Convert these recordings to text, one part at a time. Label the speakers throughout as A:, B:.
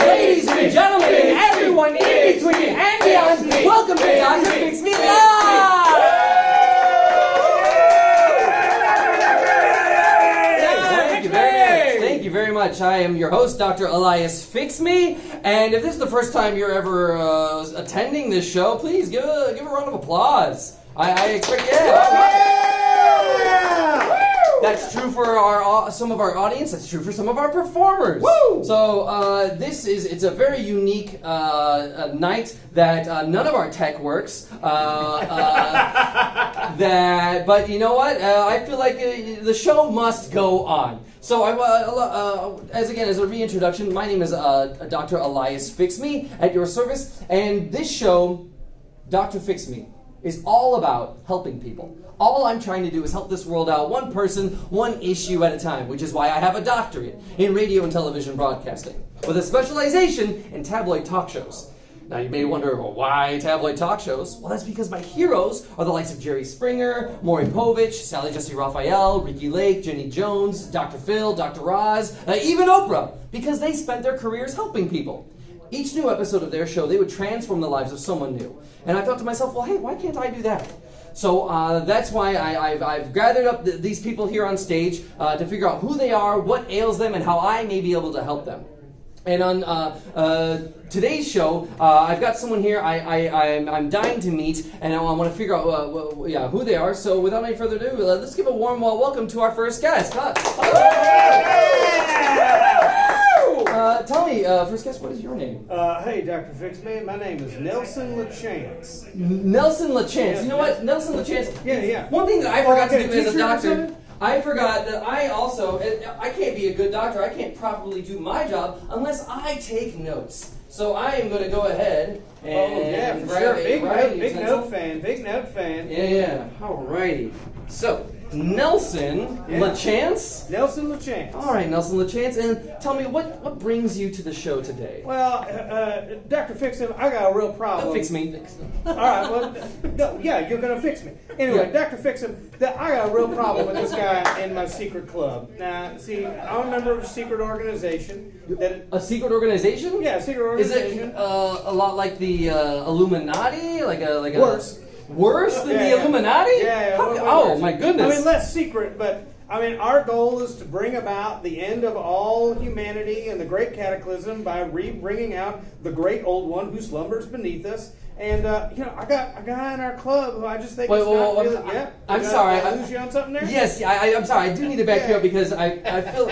A: and gentlemen, and everyone in between and beyond, welcome to Dr. Fix Me Live!
B: Thank you very much. Thank you very much. I am your host, Dr. Elias Fix Me. And if this is the first time you're ever uh, attending this show, please give a give a round of applause. I, I expect yeah. all right. That's true for our au- some of our audience. That's true for some of our performers.
A: Woo!
B: So uh, this is it's a very unique uh, uh, night that uh, none of our tech works. Uh, uh, that, but you know what? Uh, I feel like uh, the show must go on. So I, uh, uh, as again, as a reintroduction, my name is uh, Dr. Elias Fix Me at your service, and this show, Dr. Fix Me, is all about helping people. All I'm trying to do is help this world out, one person, one issue at a time, which is why I have a doctorate in radio and television broadcasting, with a specialization in tabloid talk shows. Now you may wonder well, why tabloid talk shows. Well, that's because my heroes are the likes of Jerry Springer, Maury Povich, Sally Jesse Raphael, Ricky Lake, Jenny Jones, Dr. Phil, Dr. Roz, uh, even Oprah, because they spent their careers helping people. Each new episode of their show, they would transform the lives of someone new. And I thought to myself, well, hey, why can't I do that? So uh, that's why I, I've, I've gathered up th- these people here on stage uh, to figure out who they are, what ails them, and how I may be able to help them. And on uh, uh, today's show, uh, I've got someone here I, I, I'm, I'm dying to meet, and I, want to figure out uh, wh- wh- yeah, who they are. So without any further ado, uh, let's give a warm uh, welcome to our first guest. Huh? Uh, tell me, uh, first guest, what is your name?
C: Uh, hey, Dr. Fix Me. My name is Nelson LaChance.
B: Nelson LaChance. You know what? Nelson LaChance.
C: Yeah, yeah.
B: One thing that I forgot
C: Okay,
B: to do as a
C: teacher or
B: doctor,
C: something?
B: I forgot that I also, I can't be a good doctor, I can't properly do my job unless I take notes. So I am going to go ahead and
C: Oh, yeah, for
B: grab
C: sure.
B: a
C: Big note,
B: writing
C: big
B: utensil.
C: note fan. Big note fan.
B: Yeah, yeah. Alrighty. So, Nelson
C: Yeah.
B: LaChance.
C: Nelson LaChance.
B: All right, Nelson LaChance, and tell me, what, what brings you to the show today?
C: Well, uh, uh, Dr. Fix Me, I got a real problem.
B: Don't fix me. Fix me.
C: All right, well, no, yeah, you're gonna fix me. Anyway,
B: Yeah.
C: Doctor Fix Him, th- I got a real problem with this guy in my secret club. Now, see, I'm a member of a secret organization. That,
B: A secret organization?
C: yeah, secret
B: Is
C: organization.
B: it uh, a lot like the uh, Illuminati? Like a like a
C: Worse.
B: worse than
C: Yeah,
B: the
C: yeah.
B: Illuminati?
C: Yeah. yeah,
B: How-
C: what- what
B: oh
C: works?
B: my goodness!
C: I mean, less secret, but I mean, our goal is to bring about the end of all humanity and the great cataclysm by re bringing out the great old one who slumbers beneath us. And uh, you know, I got a guy in our club who I just think
B: Wait,
C: is
B: wait,
C: not
B: wait,
C: really.
B: I'm-
C: yeah,
B: I'm
C: Did I-
B: sorry,
C: did I
B: I-
C: lose you on something there?
B: yes, I, I, I'm sorry. I do need to back you
C: Yeah.
B: up because I I feel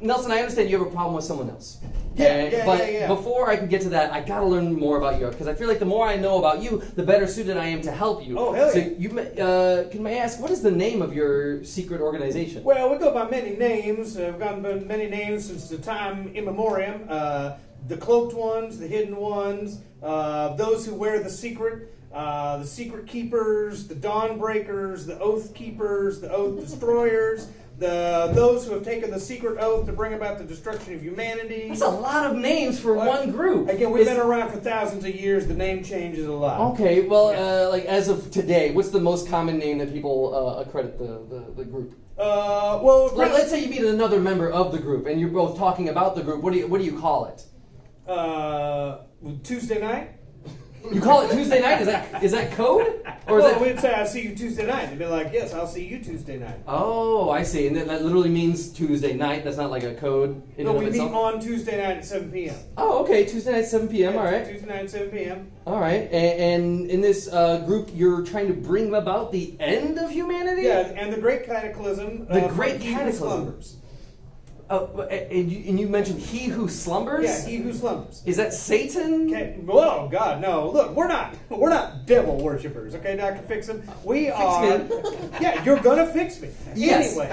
B: Nelson. I understand you have a problem with someone else.
C: Yeah,
B: And-
C: yeah,
B: but
C: yeah, yeah.
B: before I can get to that, I gotta learn more about you because I feel like the more I know about you, the better suited I am to help you.
C: Oh, hell
B: So
C: yeah.
B: you may- uh, can I ask what is the name of your secret organization?
C: Well, we go by many names. Uh, I've gone by many names since the time immemorium. Uh, the cloaked ones, the hidden ones, uh, those who wear the secret, uh, the secret keepers, the dawn breakers, the oath keepers, the oath destroyers, the those who have taken the secret oath to bring about the destruction of humanity.
B: That's a lot of names for
C: Well,
B: one group.
C: Again, we've
B: Is-
C: been around for thousands of years. The name changes a lot.
B: Okay, well,
C: Yeah.
B: uh, like as of today, what's the most common name that people uh, accredit the, the, the group?
C: Uh, well,
B: Like, let's say you meet another member of the group and you're both talking about the group. What do you what do you call it?
C: uh, Tuesday night.
B: You call it Tuesday night? Is that is that code? Or is
C: well,
B: that?
C: we'd say, I'll see you Tuesday night. They'd be like, yes, I'll see you Tuesday night.
B: Oh, I see. And that, that literally means Tuesday night. That's not like a code. In
C: no,
B: and
C: we
B: of
C: meet
B: itself.
C: on Tuesday night at 7 p.m.
B: Oh, okay. Tuesday night, seven p.m. All right,
C: Tuesday night at 7 p.m.
B: all right. And, and in this uh, group, you're trying to bring about the end of humanity.
C: Yeah, and the Great Cataclysm.
B: The
C: from
B: Great
C: He Who
B: Cataclysm.
C: Slumbers.
B: Oh, and, you, and you mentioned he who slumbers.
C: Yeah, He Who Slumbers.
B: Is that Satan?
C: Okay. Whoa, God, no! Look, we're not we're not devil worshippers, okay, Doctor Fixum. We are. yeah, you're gonna fix me
B: Yes.
C: anyway.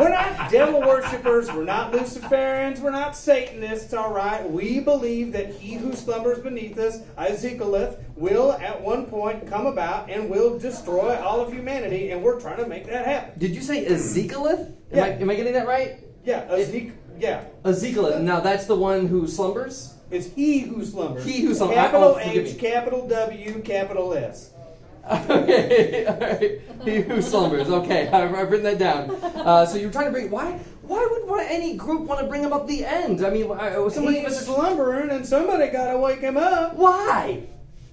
C: we're not devil worshippers. We're not Luciferians. We're not Satanists. All right, we believe that he who slumbers beneath us, Ezekielith, will at one point come about and will destroy all of humanity, and we're trying to make that happen.
B: Did you say Ezekielith? Am, I,
C: Yeah.
B: am I getting that right?
C: Yeah, Ezek. Yeah.
B: Ezekielith. Now that's the one who slumbers.
C: It's he who slumbers.
B: He who slumbers.
C: Capital
B: Oh, forgive
C: H,
B: me.
C: capital W, capital S.
B: okay, all right. He who slumbers. Okay, I've, I've written that down. Uh, so you're trying to bring why? Why would why any group want to bring him up the end? I mean, I- somebody
C: He was
B: was
C: slumbering and somebody gotta wake him up
B: why?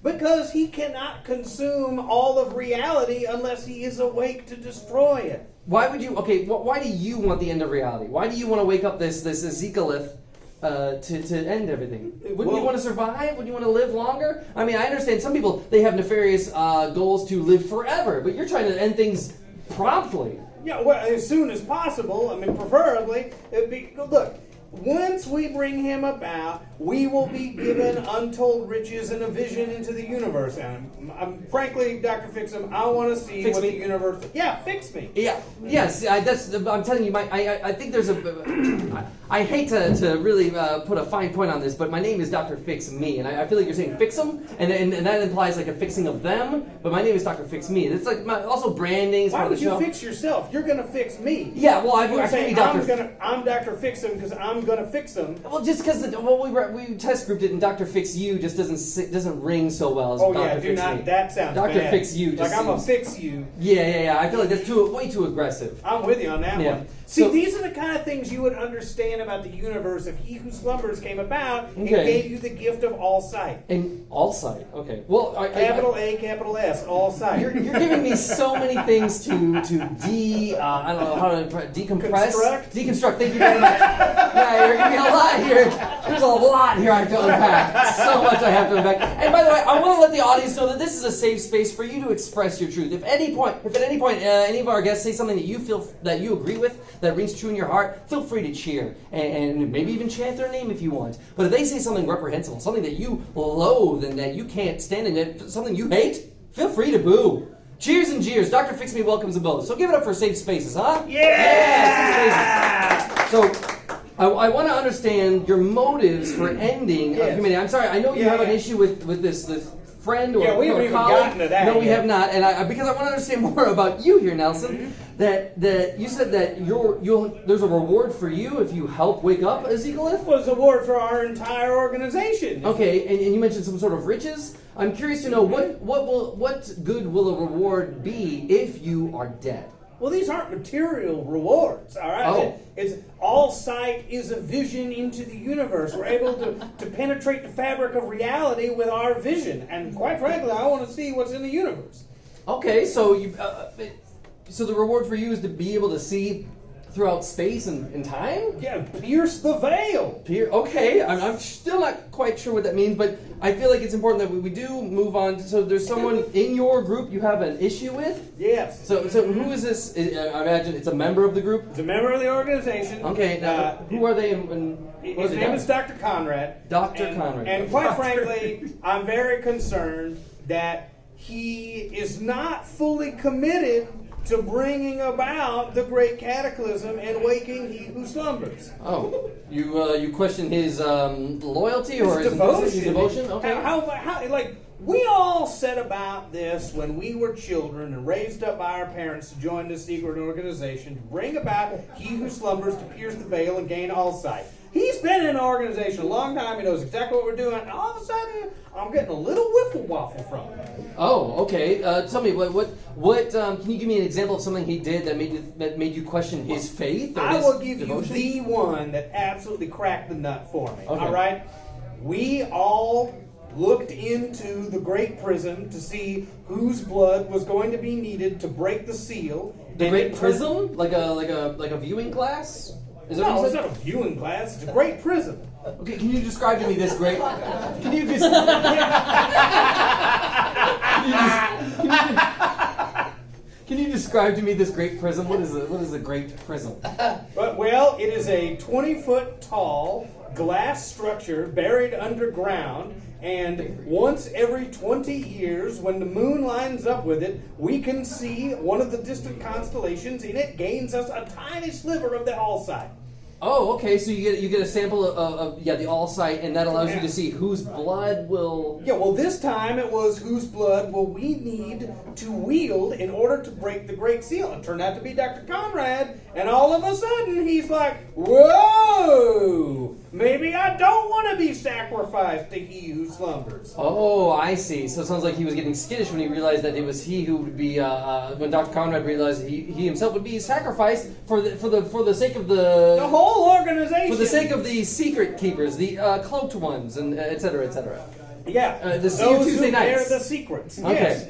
C: because he cannot consume all of reality unless he is awake to destroy it.
B: Why would you? Okay, wh- why do you want the end of reality? Why do you want to wake up this this Ezekielith uh, to to end everything? Wouldn't
C: Well-
B: you want to survive? Wouldn't you want to live longer? I mean, I understand some people they have nefarious uh, goals to live forever, but you're trying to end things promptly.
C: Yeah, well, as soon as possible. I mean, preferably. It'd be, look, once we bring him about, we will be given untold riches and a vision into the universe. And I'm, I'm, frankly, Dr. Fixum, I want to see
B: Fix
C: what
B: me.
C: the universe. Yeah, fix me.
B: Yeah. Yes. I, that's. I'm telling you. My. I. I- I think there's a. I, I hate to, to really uh, put a fine point on this, but my name is Doctor Fix Me, and I, I feel like you're saying fix 'em, and, and and that implies like a fixing of them. But my name is Doctor Fix Me. and It's like my, also branding. is
C: Why
B: part of
C: would
B: the
C: you
B: show.
C: fix yourself? You're going to fix me.
B: Yeah. Well, I
C: You're
B: would
C: saying,
B: say
C: I'm
B: Doctor.
C: gonna, I'm Dr. Fixum because I'm gonna fix him.
B: Well, just because well we were, we test grouped it and Doctor Fix You just doesn't si- doesn't ring so well as
C: Oh
B: Doctor
C: yeah, do
B: Fix
C: not.
B: Me.
C: That sounds
B: Dr.
C: bad.
B: Fix You
C: Like
B: just
C: I'm gonna
B: seems-
C: fix you.
B: yeah, yeah, yeah. I feel like that's too way too aggressive.
C: I'm with you on that
B: Yeah.
C: one. See,
B: So-
C: these are the kind of things you would understand about the universe if He Who Slumbers came about and
B: Okay.
C: gave you the gift of all sight.
B: And all sight. Okay. Well, I, I-
C: Capital A, capital S, all sight.
B: You're, you're giving me so many things to to de uh, I don't know how to pr- decompress
C: Construct?
B: deconstruct. Thank you very much. Yeah, you're giving me a lot here. There's a lot here I have to unpack. So much I have to unpack. And by the way, I want to let the audience know that this is a safe space for you to express your truth. If any point, if at any point uh, any of our guests say something that you feel that you agree with that rings true in your heart, feel free to cheer and, and maybe even chant their name if you want. But if they say something reprehensible, something that you loathe and that you can't stand, and that- something you hate. Feel free to boo. Cheers and cheers. Dr. Fix Me welcomes them both. So give it up for safe spaces, huh?
C: Yeah!
B: safe spaces. So I, want to understand your motives for ending
C: Yes.
B: of humanity. I'm sorry, I know you
C: Yeah,
B: have an
C: yeah.
B: issue with, with this this friend or,
C: Yeah, we
B: or
C: haven't even
B: colleague.
C: gotten to that
B: No, we
C: yet.
B: have not. And I, because I want to understand more about you here, Nelson.
C: Mm-hmm.
B: That that you said that your you'll there's a reward for you if you help wake up Ezekiel.
C: was award for our entire organization.
B: Okay, and, and you mentioned some sort of riches. I'm curious to know what what will what good will a reward be if you are dead?
C: Well, these aren't material rewards, all right?
B: Oh.
C: It's all sight is a vision into the universe. We're able to, to penetrate the fabric of reality with our vision. And quite frankly, I want to see what's in the universe.
B: Okay, so you uh, so the reward for you is to be able to see throughout space and, and time.
C: Yeah, pierce the veil.
B: Here, okay, I'm, I'm still not quite sure what that means, but I feel like it's important that we, we do move on. So there's someone in your group you have an issue with.
C: Yes.
B: So so who is this? I I imagine it's a member of the group.
C: He's a member of the organization.
B: Okay, now
C: Uh,
B: who are they? And, and what
C: his
B: do they
C: name
B: got?
C: is Dr. Conrad.
B: Dr.
C: And-
B: Conrad.
C: And quite frankly, I'm very concerned that he is not fully committed to bringing about the great cataclysm and waking he who slumbers.
B: Oh, you uh, you question his um, loyalty or
C: His
B: His, his devotion? Okay.
C: How, how, how, like, we all set about this when we were children and raised up by our parents to join this secret organization to bring about he who slumbers to pierce the veil and gain all sight. He's been in our organization a long time. He knows exactly what we're doing. And all of a sudden, I'm getting a little wiffle waffle from him.
B: Oh, okay. Uh, tell me what what what um, can you give me an example of something he did that made you, that made you question his faith? Or
C: I
B: his
C: will give
B: devotion?
C: you the one that absolutely cracked the nut for me.
B: Okay.
C: All right, we all looked into the great prism to see whose blood was going to be needed to break the seal.
B: the
C: And
B: great
C: it-
B: prism, like a like a like a viewing glass. Is that
C: No,
B: what you
C: it's
B: said?
C: not a viewing glass. It's a great prism.
B: Okay, can you describe to me this great? Can you just? can, you just can, you, can you describe to me this great prism? What is a, what is a great prism?
C: But well, it is a 20 foot tall glass structure buried underground. And once every 20 years, when the moon lines up with it, we can see one of the distant constellations, and it gains us a tiny sliver of the all side.
B: Oh, okay. So you get you get a sample of, of, of yeah the all site, and that allows you
C: Yeah.
B: to see whose blood will.
C: Yeah, well, this time it was whose blood will we need to wield in order to break the Great Seal? It turned out to be Dr. Conrad, and all of a sudden he's like, Whoa! Maybe I don't want to be sacrificed to he who slumbers.
B: Oh, I see. So it sounds like he was getting skittish when he realized that it was he who would be. Uh, uh, when Doctor Conrad realized he, he himself would be sacrificed for the for the for the sake of the,
C: The whole organization.
B: for the sake of the secret keepers, the uh, cloaked ones, and etc. etc.
C: yeah,
B: uh, the sea of
C: those
B: Tuesday
C: who bear
B: nights.
C: the secrets.
B: Okay.
C: Yes.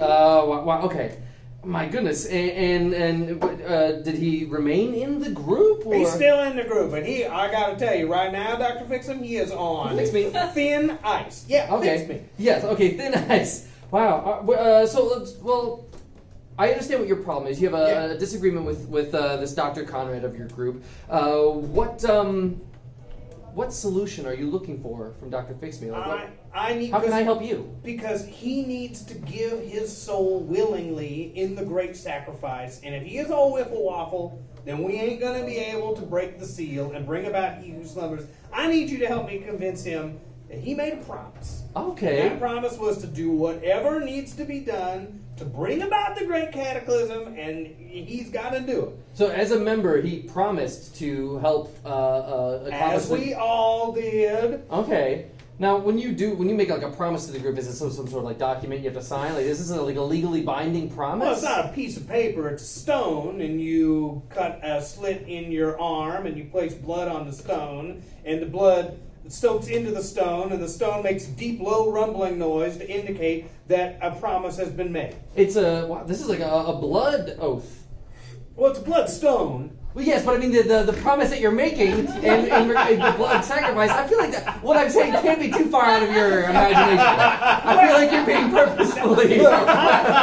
B: Uh, wow, wow, okay. My goodness. And and, and but, uh, did he remain in the group? Or?
C: He's still in the group, and he, I gotta tell you, right now, Dr. Fixum, he is on
B: Fix me.
C: thin ice. Yeah, fix me.
B: Okay. Yes. Okay. Thin ice. Wow. Uh, w- Uh, so let's. Well, I understand what your problem is. You have a,
C: Yeah.
B: a disagreement with with uh, this Dr. Conrad of your group. Uh, what um, what solution are you looking for from Dr. Fix Me? Like,
C: I,
B: what,
C: I need
B: how can I
C: Uh, because-
B: help you?
C: Because he needs to give his soul willingly in the great sacrifice, and if he is all wiffle waffle, then we ain't gonna be able to break the seal and bring about he who slumbers. I need you to help me convince him that he made a promise.
B: Okay.
C: That promise was to do whatever needs to be done to bring about the great cataclysm, and he's gotta do it.
B: So as a member, he promised to help uh, uh, accomplish.
C: As
B: the-
C: we all did.
B: Okay. Now, when you do, when you make like a promise to the group, is it some, some sort of like document you have to sign? Like, this is like a legally binding promise?
C: Well, it's not a piece of paper, it's stone, and you cut a slit in your arm and you place blood on the stone, and the blood soaks into the stone, and the stone makes deep, low rumbling noise to indicate that a promise has been made.
B: It's a wow, this is like a, a blood oath.
C: Well, it's bloodstone.
B: Well, yes, but I mean the, the, the promise that you're making and, and re- and the blood sacrifice. I feel like that, what I'm saying can't be too far out of your imagination. I feel like you're being purposefully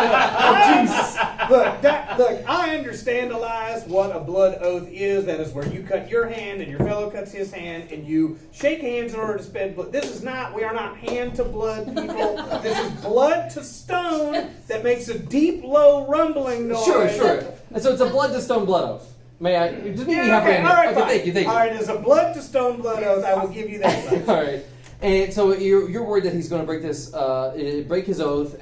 B: obtuse.
C: Look, that, look, I understandalize what a blood oath is. That is where you cut your hand and your fellow cuts his hand, and you shake hands in order to spend blood. This is not, we are not hand to blood people. this is blood to stone that makes a deep, low rumbling noise.
B: Sure, sure. And so it's a blood to stone blood oath. May I just meet me
C: Yeah,
B: halfway?
C: okay,
B: on
C: all
B: that.
C: right,
B: okay,
C: fine.
B: thank you, thank you.
C: All right, as a blood to stone blood oath, I will give you that. much.
B: All right. And so you're, you're worried that he's going to break this, uh, eh, break his oath, and,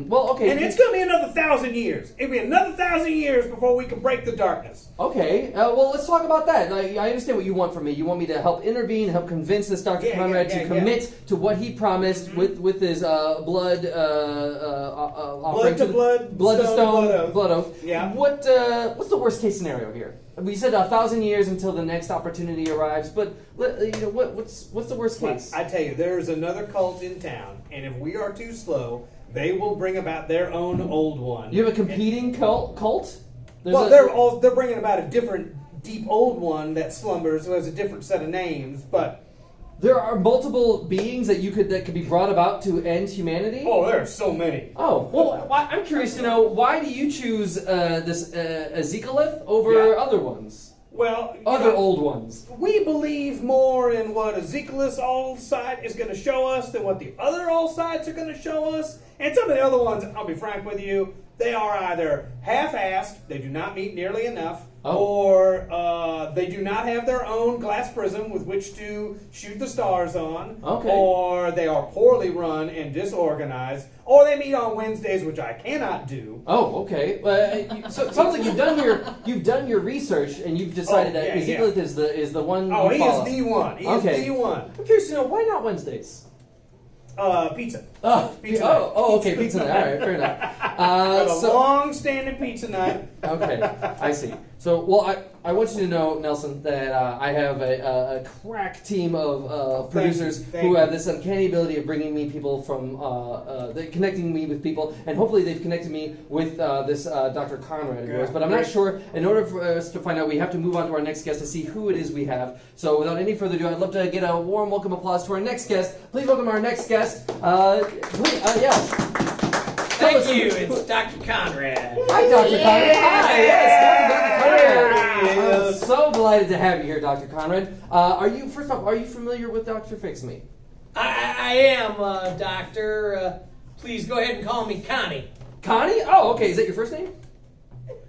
B: and well, okay,
C: And it's going to be another thousand years. It'll be another thousand years before we can break the darkness.
B: okay. Uh, well, let's talk about that. Like, I understand what you want from me. You want me to help intervene, help convince this Doctor
C: Yeah, yeah,
B: Conrad
C: yeah, Mm-hmm.
B: to
C: yeah.
B: commit to what he promised with with his uh, blood, uh, uh, uh, offering
C: to
B: the-
C: blood,
B: blood to
C: stone,
B: stone,
C: blood oath. Yeah.
B: What uh, what's the worst case scenario here? We said a thousand years until the next opportunity arrives, but let- you know what, what's what's the worst
C: But
B: case?
C: I tell you, there is another cult in town, and if we are too slow, they will bring about their own old one.
B: you have a competing cult. cult? There's
C: well,
B: a-
C: they're all they're bringing about a different deep old one that slumbers, who has a different set of names. But
B: There are multiple beings that you could that could be brought about to end humanity.
C: oh, there are so many.
B: Oh, well, why, I'm curious to know why do you choose uh, this uh, Ezekielith over
C: Yeah.
B: other ones,
C: Well, you
B: other
C: know,
B: old ones?
C: We believe more in what Ezekiel's old side is going to show us than what the other old sides are going to show us. And some of the other ones, I'll be frank with you, they are either half-assed, they do not meet nearly enough,
B: Oh.
C: or uh, they do not have their own glass prism with which to shoot the stars on,
B: Okay.
C: or they are poorly run and disorganized, or they meet on Wednesdays, which I cannot do.
B: Oh, okay. Uh, you- so it sounds like you've done your you've done your research and you've decided
C: Oh,
B: that
C: yeah,
B: Ezekielith is the is the one.
C: Oh,
B: you
C: he
B: follow.
C: is the one. He
B: Uh, Okay.
C: is the one.
B: I'm curious to know why not Wednesdays.
C: Uh, pizza.
B: Oh,
C: Pizza
B: oh,
C: night.
B: oh, okay, pizza night. All right, fair enough. Uh,
C: Got a
B: so,
C: long-standing pizza night.
B: okay, I see. So, well, I, I want you to know, Nelson, that uh, I have a, a, a crack team of uh, producers
C: you, thank
B: who
C: you.
B: have this uncanny ability of bringing me people from, uh, uh, they connecting me with people, and hopefully they've connected me with uh, this uh, Dr. Conrad of yours.
C: Good,
B: But I'm not
C: great.
B: sure. In order for us to find out, we have to move on to our next guest to see who it is we have. So, without any further ado, I'd love to get a warm welcome applause to our next guest. Please welcome our next guest. Uh, please, uh, yeah.
D: Thank you. It's Dr. Conrad.
B: Hi, Dr. Conrad. Hi, yes, Dr. Dr. Conrad.
C: Yeah.
B: I'm so delighted to have you here, Dr. Conrad. Uh, are you, first off, are you familiar with Dr. Fix Me?
D: I, I, I am, uh, Doctor. Uh, please go ahead and call me Connie.
B: Connie? Oh, okay. Is that your first name?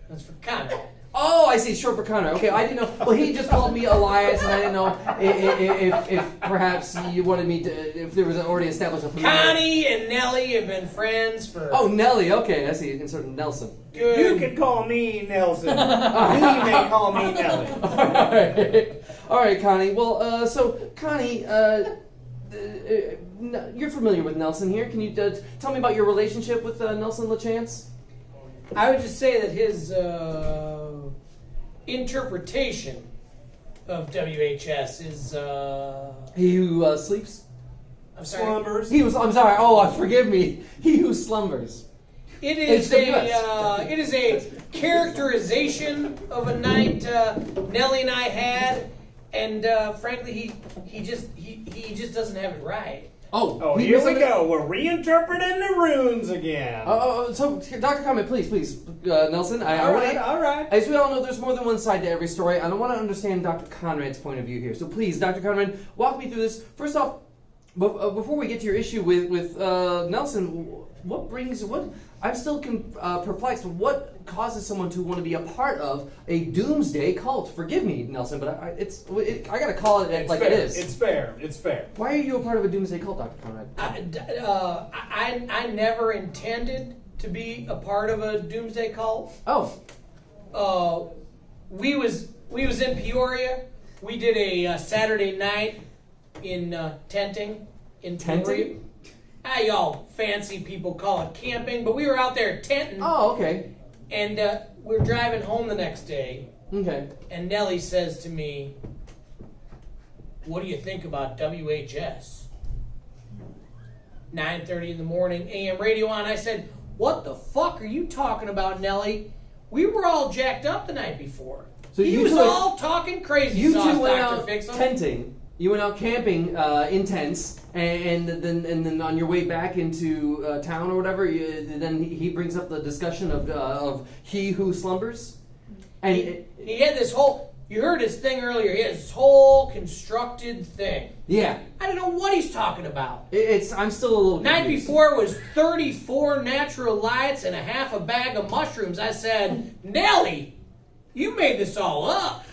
D: That's for Conrad.
B: Oh, I see. Short for Conrad. Okay, I didn't know. Well, he just called me Elias, and I didn't know i- i- i- if, if perhaps you wanted me to, if there was already established a familiar-
D: Connie and Nellie have been friends for
B: Oh, Nelly. Okay, I see. Insert Nelson.
D: good.
C: You can call me Nelson. he may call me Nelly.
B: All right. All right, Connie. Well, uh, so Connie, uh, uh, n- you're familiar with Nelson here. Can you uh, t- tell me about your relationship with uh, Nelson Lachance?
D: I would just say that his uh, interpretation of WHS is. Uh,
B: He who uh, sleeps.
D: I'm sorry.
C: Slumbers.
B: He was. I'm sorry. Oh, uh, forgive me. He who slumbers.
D: It is
B: HWS.
D: a uh, it is a characterization of a night uh, Nelly and I had, and uh, frankly, he he just he, he just doesn't have it right.
B: Oh.
C: Oh,
B: he
C: here
B: was
C: we
B: a-
C: go. We're reinterpreting the runes again.
B: Oh, oh, oh, so, Doctor Comment, please, please, uh, Nelson. I, I
C: all
B: want
C: right, all right.
B: As we all know, there's more than one side to every story, and I want to understand Dr. Conrad's point of view here. So please, Dr. Conrad, walk me through this. First off, bef- uh, before we get to your issue with with uh, Nelson, wh- what brings what? I'm still con- uh, perplexed. What causes someone to want to be a part of a doomsday cult? Forgive me, Nelson, but I, I- it's it, I gotta call it
C: It's
B: like
C: fair.
B: it is.
C: It's fair. It's fair.
B: Why are you a part of a doomsday cult, Dr. Conrad?
D: I, d- uh, I I never intended to be a part of a doomsday cult.
B: Oh,
D: uh, we was we was in Peoria. We did a uh, Saturday night in uh, tenting in
B: Tenting?
D: Peoria. Ah, y'all fancy people call it camping, but we were out there tenting,
B: oh, okay,
D: and uh, we we're driving home the next day.
B: okay.
D: And Nellie says to me, "What do you think about WHS?" 9:30 in the morning, AM radio on. I said, "What the fuck are you talking about, Nellie? We were all jacked up the night before.
B: So
D: he
B: you
D: was
B: two-
D: all talking crazy
B: You
D: sauce,
B: two went
D: Dr.
B: out
D: Fixum.
B: tenting. You went out camping uh, in tents, and, and then and then on your way back into uh, town or whatever, you, then he brings up the discussion of uh, of he who slumbers, and
D: he, he had this whole. You heard his thing earlier. He had this whole constructed thing.
B: yeah,
D: I don't know what he's talking about.
B: it- it's I'm still a little
D: Night
B: confused.
D: before was 34 natural lights and a half a bag of mushrooms. I said, Nelly, you made this all up.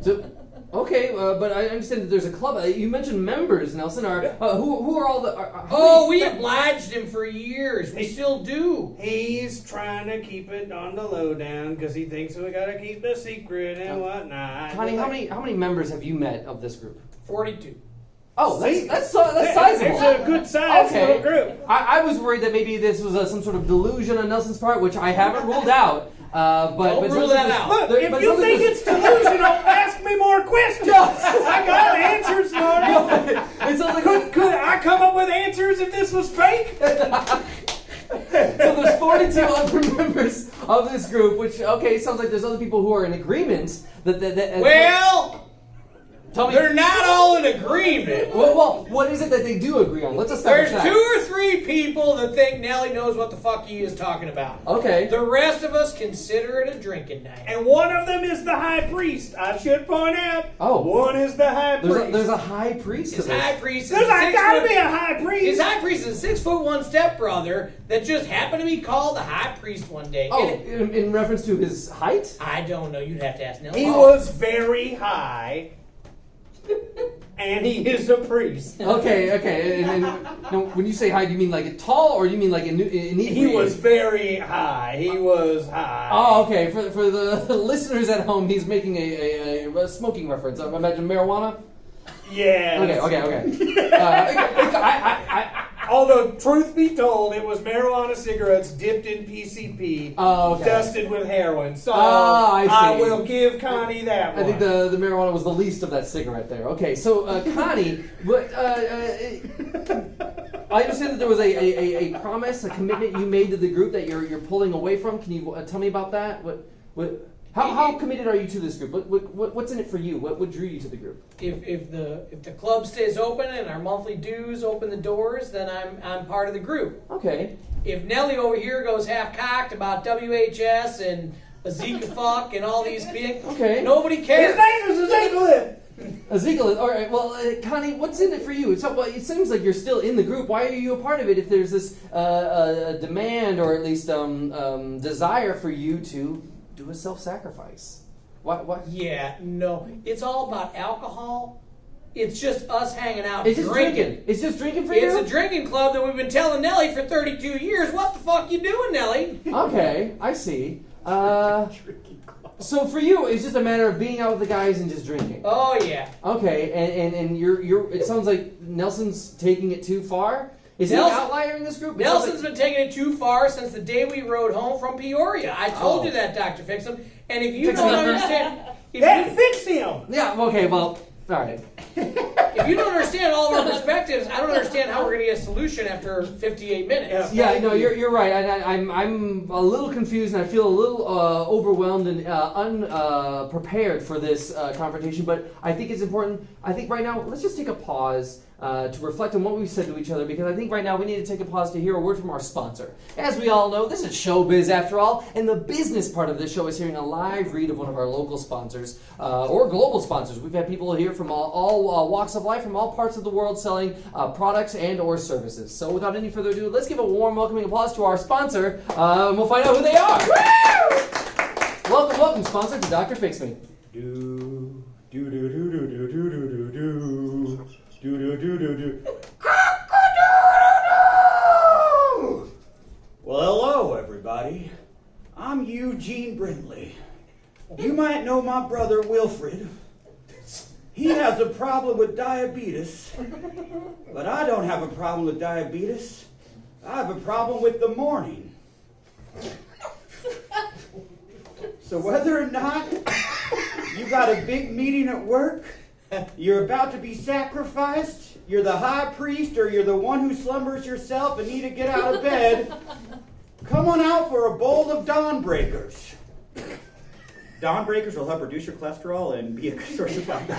B: So, okay, uh, but I understand that there's a club. Uh, you mentioned members, Nelson. Are uh, who who are all the? Are, are- how
D: Oh,
B: many-
D: we obliged him for years. We still do.
C: He's trying to keep it on the lowdown because he thinks we gotta keep the secret and whatnot.
B: Connie,
D: Oh!
B: how many how many members have you met of this group?
D: 42.
B: Oh, that's
C: See?
B: that's, so- that's
C: That-
B: sizable.
C: It's a good sized
B: Okay.
C: little group.
B: I, I was worried that maybe this was uh some sort of delusion on Nelson's part, which I haven't ruled out. Uh, but
D: Don't
B: but
D: rule that
B: something was-
D: out.
C: Look,
B: there-
C: if
B: but
C: you
B: something
C: think
B: was-
C: it's delusional, ask me more questions. I got answers, Marty.
B: it sounds like
C: Could, could I come up with answers if this was fake?
B: so there's 42 other members of this group, which okay, sounds like there's other people who are in agreement that that, that
D: Well,
B: tell me.
D: they're not all in agreement.
B: Well, well, what is it that they do agree on? Let's establish
D: There's
B: that.
D: two or three people that think Nelly knows what the fuck he is talking about.
B: Okay.
D: The rest of us consider it a drinking night.
C: And one of them is the high priest. I should point out.
B: Oh.
C: One is the high
B: There's
C: priest.
B: a, there's a high priest. to
D: His
B: this.
D: high priest is
C: There's a-
D: six
C: gotta
D: foot-
C: be a high priest.
D: His high priest is a six foot one stepbrother that just happened to be called the high priest one day.
B: Oh,
D: And it-
B: in, in reference to his height.
D: I don't know. You'd have to ask Nelly.
C: He
B: Oh.
C: was very high, and he is a priest.
B: Okay, okay. And, and no, when you say high, do you mean like tall, or do you mean like in, in
C: He was very high. He was high.
B: Oh, okay. For, for the listeners at home, he's making a, a, a, a smoking reference. I imagine marijuana.
C: yes.
B: Okay, okay, okay. Uh, okay, I, I, I,
C: Although, truth be told, it was marijuana cigarettes dipped in PCP,
B: Oh, okay.
C: dusted with heroin. So
B: Ah, I see.
C: will give Connie that
B: I
C: one.
B: think the, the marijuana was the least of that cigarette there. Okay, so uh, Connie, what, uh, uh, I understand that there was a, a, a, a promise, a commitment you made to the group that you're you're pulling away from. Can you uh, tell me about that? What what? How, how committed are you to this group? What, what, what what's in it for you? What what drew you to the group?
D: if, if the if the club stays open and our monthly dues open the doors, then I'm I'm part of the group.
B: Okay.
D: If Nelly over here goes half cocked about WHS and a Zika fuck and all these big,
B: Okay.
D: nobody
C: His
D: cares.
C: name is Ezekiel.
B: Ezekiel, all right. Well, uh, Connie, what's in it for you? So, well, it seems like you're still in the group. Why are you a part of it if there's this uh, uh, demand or at least um, um, desire for you to do a self-sacrifice? Why? why?
D: Yeah, no, it's all about alcohol. It's just us hanging out
B: It's just
D: drinking.
B: drinking. It's just drinking for
D: It's
B: you.
D: a drinking club that we've been telling Nelly for 32 years. What the fuck you doing, Nelly?
B: okay, I see. Uh,
C: Drinking club.
B: So for you, it's just a matter of being out with the guys and just drinking.
D: Oh yeah.
B: Okay, and, and, and you're you're. It sounds like Nelson's taking it too far. Is he
D: Nelson-
B: an outlier in this group? It sounds
D: Nelson's been taking it too far since the day we rode home from Peoria. I told
B: Oh.
D: you that, Doctor Fixum. And if you
B: Fixum.
D: don't understand, if
C: That
D: you,
C: fits him.
B: like- yeah. Okay. Well. All right.
D: if you don't understand all our perspectives, I don't understand how we're going to get a solution after 58 minutes.
B: Yeah. No, you're you're right. And I, I'm I'm a little confused, and I feel a little uh, overwhelmed and uh, unprepared uh, prepared for this uh, confrontation. But I think it's important. I think right now, let's just take a pause. Uh, to reflect on what we've said to each other, because I think right now we need to take a pause to hear a word from our sponsor. As we all know, this is showbiz after all, and the business part of this show is hearing a live read of one of our local sponsors uh, or global sponsors. We've had people here from all, all uh, walks of life, from all parts of the world, selling uh, products and or services. So, without any further ado, let's give a warm, welcoming applause to our sponsor, uh, and we'll find out who they are. Welcome, welcome, sponsor to Doctor Fix Me.
C: Do do do do do do do do do do do do do do do.
E: Well, hello, everybody. I'm Eugene Brindley. You might know my brother Wilfred. He has a problem with diabetes, but I don't have a problem with diabetes. I have a problem with the morning. So, whether or not you got a big meeting at work, you're about to be sacrificed, you're the high priest, or you're the one who slumbers yourself and need to get out of bed, Come on out for a bowl of Dawn Breakers. Dawn Breakers will help reduce your cholesterol and be a source of fiber.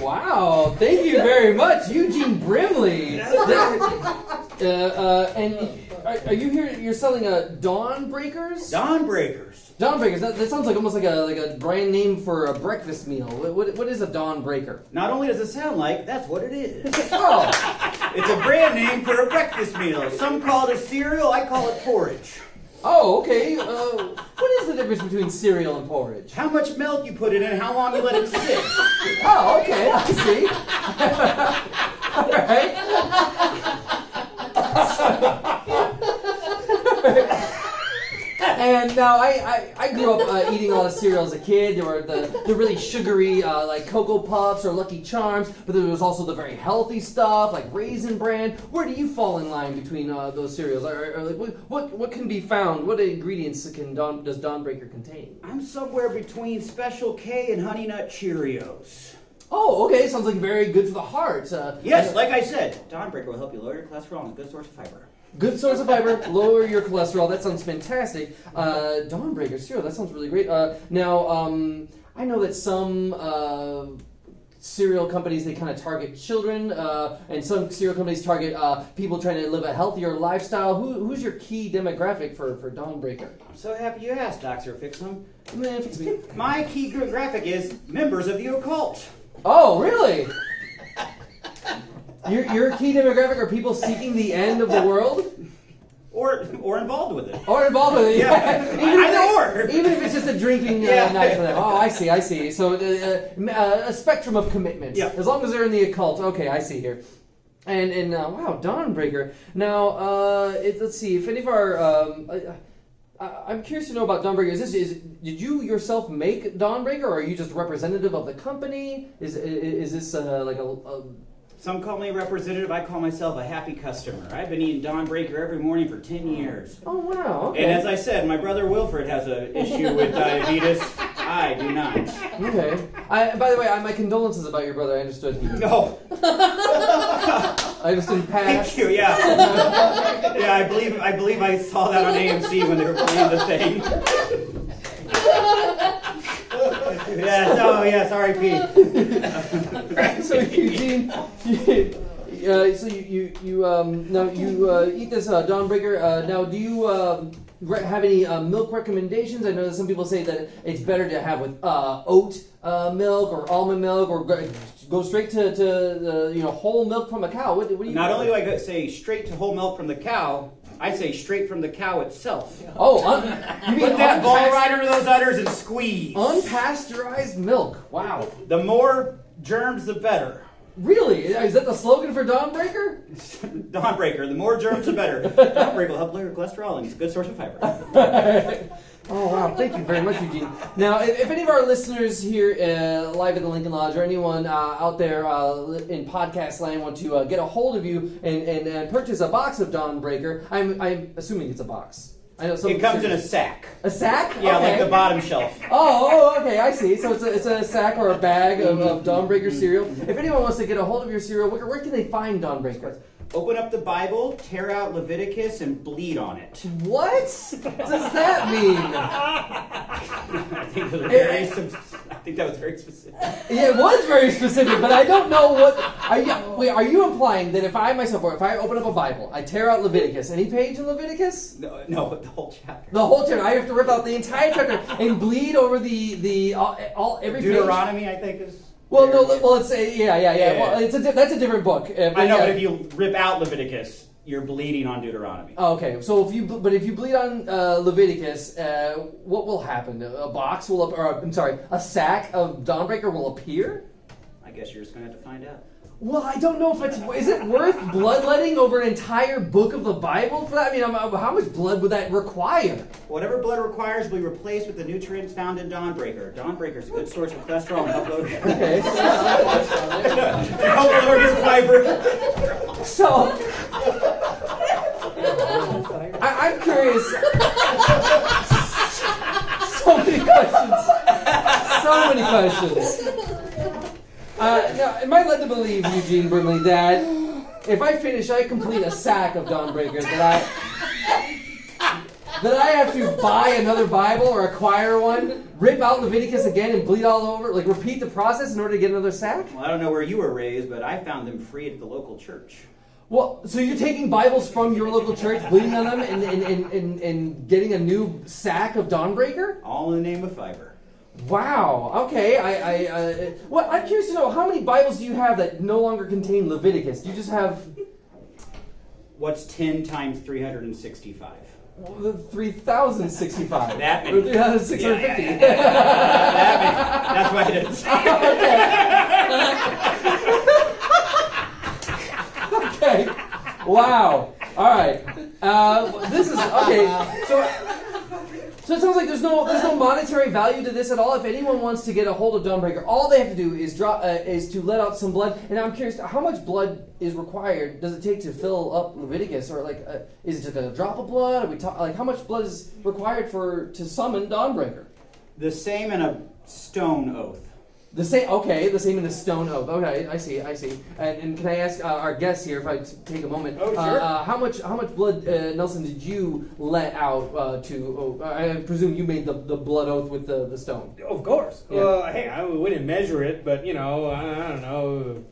B: Wow, thank you very much, Eugene Brimley. Uh, uh, and are, are you here? You're selling a Dawn Breakers.
E: Dawn Breakers.
B: Dawn Breakers. That, that sounds like almost like a like a brand name for a breakfast meal. What, what, what is a Dawn Breaker?
E: Not only does it sound like, that's what it is.
B: Oh,
E: It's a brand name for a breakfast meal. Some call it a cereal, I call it porridge.
B: oh, okay. Uh, what is the difference between cereal and porridge?
E: How much milk you put in and how long you let it sit.
B: Oh, okay. I see. All right. And now I, I, I grew up uh, eating a lot of cereal as a kid. There were the, the really sugary uh, like Cocoa Puffs or Lucky Charms, but there was also the very healthy stuff like Raisin Bran. Where do you fall in line between uh, those cereals? Or, or, or, like, what, what what can be found? What ingredients can Dawn, does Dawnbreaker contain?
E: I'm somewhere between Special K and Honey Nut Cheerios.
B: Oh, okay. Sounds like very good for the heart. Uh,
E: Yes, like I said, Dawn Breaker will help you lower your cholesterol and a good source of fiber.
B: Good source of fiber, lower your cholesterol. That sounds fantastic. Uh, Dawnbreaker cereal. That sounds really great. Uh, now, um, I know that some uh, cereal companies they kind of target children, uh, and some cereal companies target uh, people trying to live a healthier lifestyle. Who, who's your key demographic for for Dawnbreaker?
E: I'm so happy you asked, Dr. Fixum.
B: Man, fix me.
E: My key graphic is members of the occult.
B: Oh, really? Your, your key demographic are people seeking the end of the world?
E: Or or involved with it.
B: Or involved with it.
E: Yeah.
B: even, if
E: Either
B: it-
E: or.
B: even if it's just a drinking uh,
E: Yeah.
B: night for them. Oh, I see, I see. So uh, uh, m- uh, a spectrum of commitments.
E: Yeah.
B: As long as they're in the occult. Okay, I see here. And and uh, wow, Dawnbreaker. Now, uh, it, let's see. If any of our, um, I, I, I'm curious to know about Dawnbreaker. Is this is did you yourself make Dawnbreaker, or are you just representative of the company? Is i- i- is this uh, like a, a
E: Some call me a representative, I call myself a happy customer. I've been eating Dawn Breaker every morning for ten years.
B: oh wow okay
E: And as I said, my brother Wilfred has an issue with diabetes. I do not.
B: okay. I, by the way, I, my condolences about your brother. I understood. He,
E: No.
B: I understood. Past.
E: Thank you, yeah. yeah, I believe I believe I saw that on AMC when they were playing the thing. yes, oh yes, R.I.P.
B: so Eugene, you, uh, so you you, you um, now you uh, eat this uh, Dawnbreaker. Uh, now, do you um re- have any uh, milk recommendations? I know that some people say that it's better to have with uh, oat uh, milk or almond milk, or go, go straight to, to uh, you know whole milk from a cow. What, do- what do you?
E: Not only do I go, say straight to whole milk from the cow, I say straight from the cow itself.
B: oh, un- you mean
E: Put that ball
B: unpast-
E: right under those udders and squeeze.
B: unpasteurized milk. Wow.
E: The more germs, the better.
B: Really? Is that the slogan for Dawnbreaker?
E: Dawnbreaker, the more germs, the better. Dawnbreaker will help lower cholesterol and is a good source of fiber.
B: Oh wow! Thank you very much, Eugene. Now, if, if any of our listeners here uh, live at the Lincoln Lodge or anyone uh, out there uh, li- in podcast land want to uh, get a hold of you and, and, and purchase a box of Dawnbreaker, I'm I'm assuming it's a box. I know some.
E: It comes in a sack.
B: a sack.
E: Yeah,
B: Okay.
E: like the bottom shelf.
B: Oh, oh, okay, I see. So it's a, it's a sack or a bag of, of Dawnbreaker cereal. If anyone wants to get a hold of your cereal, where, where can they find Dawnbreaker?
E: Open up the Bible, tear out Leviticus, and bleed on it.
B: What does that mean?
E: I think, those are very sub- I think that was very specific.
B: Yeah, it was very specific, but I don't know what. Are you, wait, are you implying that if I myself, or if I open up a Bible, I tear out Leviticus, any page in Leviticus?
E: No, no, the whole chapter.
B: The whole chapter, I have to rip out the entire chapter and bleed over the the all, all every page.
E: Deuteronomy, I think, is.
B: Well, no,
E: there.
B: well, it's a, yeah, yeah, yeah.
E: Yeah, yeah,
B: Well,
E: yeah.
B: it's a di- that's a different book. uh,
E: I know,
B: yeah.
E: but if you rip out Leviticus, you're bleeding on Deuteronomy.
B: Oh, okay, so if you ble- but if you bleed on uh, Leviticus, uh, what will happen? A box will up, or I'm sorry, a sack of Dawnbreaker will appear.
E: I guess you're just gonna have to find out.
B: Well, I don't know if it's is it worth bloodletting over an entire book of the Bible for that. I mean, I'm, I'm- how much blood would that require?
E: Whatever blood requires will be replaced with the nutrients found in Dawnbreaker. Dawnbreaker is a good source of cholesterol and help lower your,
B: Okay,
E: help lower your fiber.
B: so I, I'm curious. so many questions. So many questions. Uh, now, am I led to believe, Eugene Brimley, that if I finish, I complete a sack of Dawnbreaker that I that I have to buy another Bible or acquire one, rip out Leviticus again, and bleed all over, like repeat the process in order to get another sack?
E: Well, I don't know where you were raised, but I found them free at the local church.
B: Well, so you're taking Bibles from your local church, bleeding on them, and, and, and, and, and getting a new sack of Dawnbreaker?
E: All in the name of fiber.
B: Wow. Okay. I. I uh, well, I'm curious to know how many Bibles do you have that no longer contain Leviticus? Do you just have
E: What's 10 times 365?
B: well, 3,065?
E: That
B: Or
E: many.
B: 3,650?
E: That many. That's why it is.
B: okay. Wow. All right. Uh, this is okay. So, so it sounds like there's no there's no monetary value to this at all. If anyone wants to get a hold of Dawnbreaker, all they have to do is drop uh, is to let out some blood. And I'm curious, how much blood is required? Does it take to fill up Leviticus, or like, uh, is it just a drop of blood? Are we talk, like how much blood is required for to summon Dawnbreaker?
E: The same in a stone oath.
B: The same, okay, the same in a stone oath. Okay, I see, I see. And, and can I ask uh, our guest here, if I t- take a moment,
C: Oh,
B: uh,
C: sure.
B: uh, how much how much blood, uh, Nelson, did you let out uh, to? Oh, I I presume you made the, the blood oath with the, the stone.
C: Of course.
B: Yeah.
C: Well, hey, I, we didn't measure it, but you know, I, I don't know.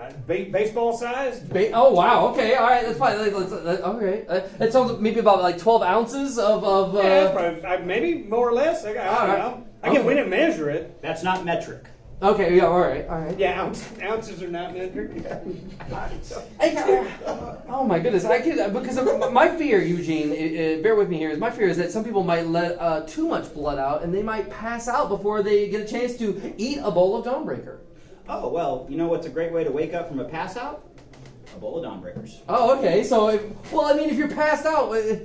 C: Uh, ba- baseball size?
B: Ba- oh wow, okay, all right, that's fine. Like, let's, uh, okay, uh, that sounds maybe about like twelve ounces of of. Uh,
C: yeah, that's probably, I, maybe more or less. I, I
B: All
C: don't
B: right.
C: know. Again, we didn't measure it.
E: That's not metric.
B: okay, yeah, all right, all right.
C: Yeah, ounce, ounces are not measured.
B: I ca- oh my goodness! I could because of my fear, Eugene. Uh, uh, bear with me here. Is my fear is that some people might let uh, too much blood out and they might pass out before they get a chance to eat a bowl of Dawnbreaker.
E: Oh, well, you know what's a great way to wake up from a pass out? A bowl of Dawnbreakers.
B: Oh, okay. So, if, well, I mean, if you're passed out, uh,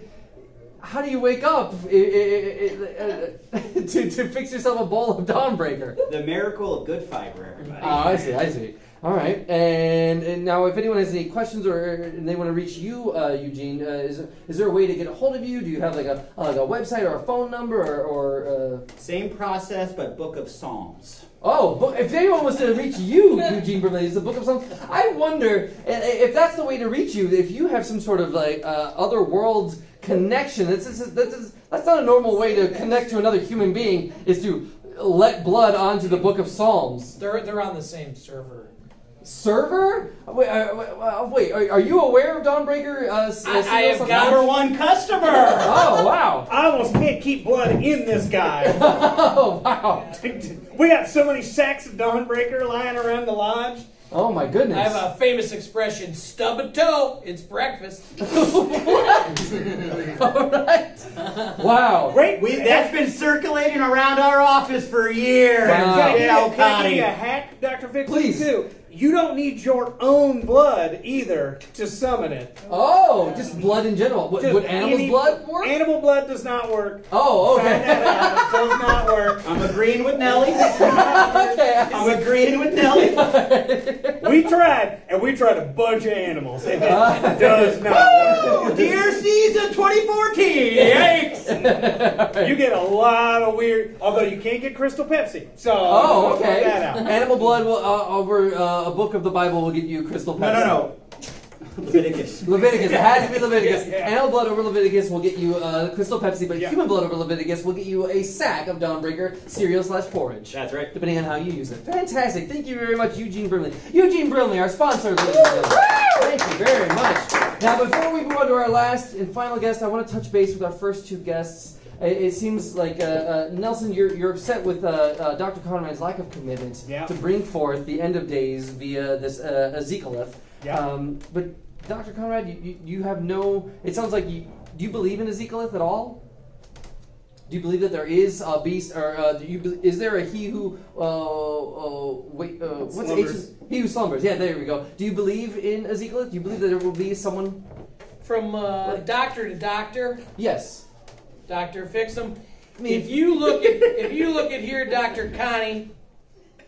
B: how do you wake up i- i- i- i- uh, to to fix yourself a bowl of Dawnbreaker?
E: The miracle of good fiber, everybody.
B: Oh, I see. I see. All right, and, and now if anyone has any questions or they want to reach you, uh, Eugene, uh, is, is there a way to get a hold of you? Do you have like a uh, like a website or a phone number or, or uh,
E: Same process, but Book of Psalms.
B: oh, book, if anyone wants to reach you, Eugene Brimley, is the Book of Psalms. I wonder i- i- if that's the way to reach you. If you have some sort of like uh, other world connection, that's, that's, that's, that's not a normal way to connect to another human being. Is to let blood onto the Book of Psalms.
D: They're they're on the same server.
B: server? Wait, uh, wait, uh, wait are, are you aware of Dawnbreaker? Uh, s-
D: I-
B: uh,
D: I have
B: Signal
D: got-
B: Sonar?
E: Number one customer!
B: Oh wow!
C: I almost can't keep blood in this guy.
B: Oh wow!
C: we got so many sacks of Dawnbreaker lying around the lodge.
B: Oh my goodness!
D: I have a famous expression: stub a toe. It's breakfast.
B: All right. Wow.
C: Great.
E: We, that's been circulating around our office for years.
B: Wow.
C: Can I give you-
E: Yeah,
C: can I give
E: Connie.
C: you a hack, Dr. Fixie,
B: Please.
C: too? You don't need your own blood either to summon it.
B: Oh, just blood in general. Would,
C: Just
B: would animal's
C: any-
B: blood work?
C: Animal blood does not work.
B: oh,
C: Find
B: okay.
C: that out. Does not work.
E: I'm agreeing with Nelly.
B: okay.
E: I'm agreeing with Nelly.
C: We tried, and we tried a bunch of animals. It
B: Uh.
C: does not work.
E: Oh, Dear season 2014.
C: Yikes! You get a lot of weird. Although you can't get Crystal Pepsi, so
B: Oh,
C: point
B: okay.
C: That out.
B: Animal blood will, uh, over uh, a book of the Bible will get you crystal.
E: No,
B: Pepsi.
E: no, no. Leviticus.
B: Leviticus. It had to be Leviticus.
C: Yeah, yeah.
B: Animal blood over Leviticus will get you uh, crystal Pepsi, but
C: Yeah.
B: human blood over Leviticus will get you a sack of Dawnbreaker cereal slash porridge.
E: That's right.
B: Depending on how you use it. Fantastic. Thank you very much, Eugene Brimley. Eugene Brimley, our sponsor. ladies and gentlemen. Thank you very much. Now, before we move on to our last and final guest, I want to touch base with our first two guests. It, it seems like uh, uh, Nelson, you're, you're upset with uh, uh, Dr. Conrad's lack of commitment
C: Yeah.
B: to bring forth the end of days via this uh, Ezekielith.
C: Yeah.
B: Um, but Dr. Conrad, you, you, you have no. It sounds like you. Do you believe in Ezekielith at all? Do you believe that there is a beast, or uh, do you, be- is there a he who uh, uh, wait, uh, what's H?
C: Slumbers.
B: He who slumbers. Yeah, there we go. Do you believe in Ezekielith? Do you believe that there will be someone?
D: From uh, doctor to doctor,
B: Yes.
D: Doctor Fixum.
B: Me.
D: If you look at if you look at here, Doctor Connie,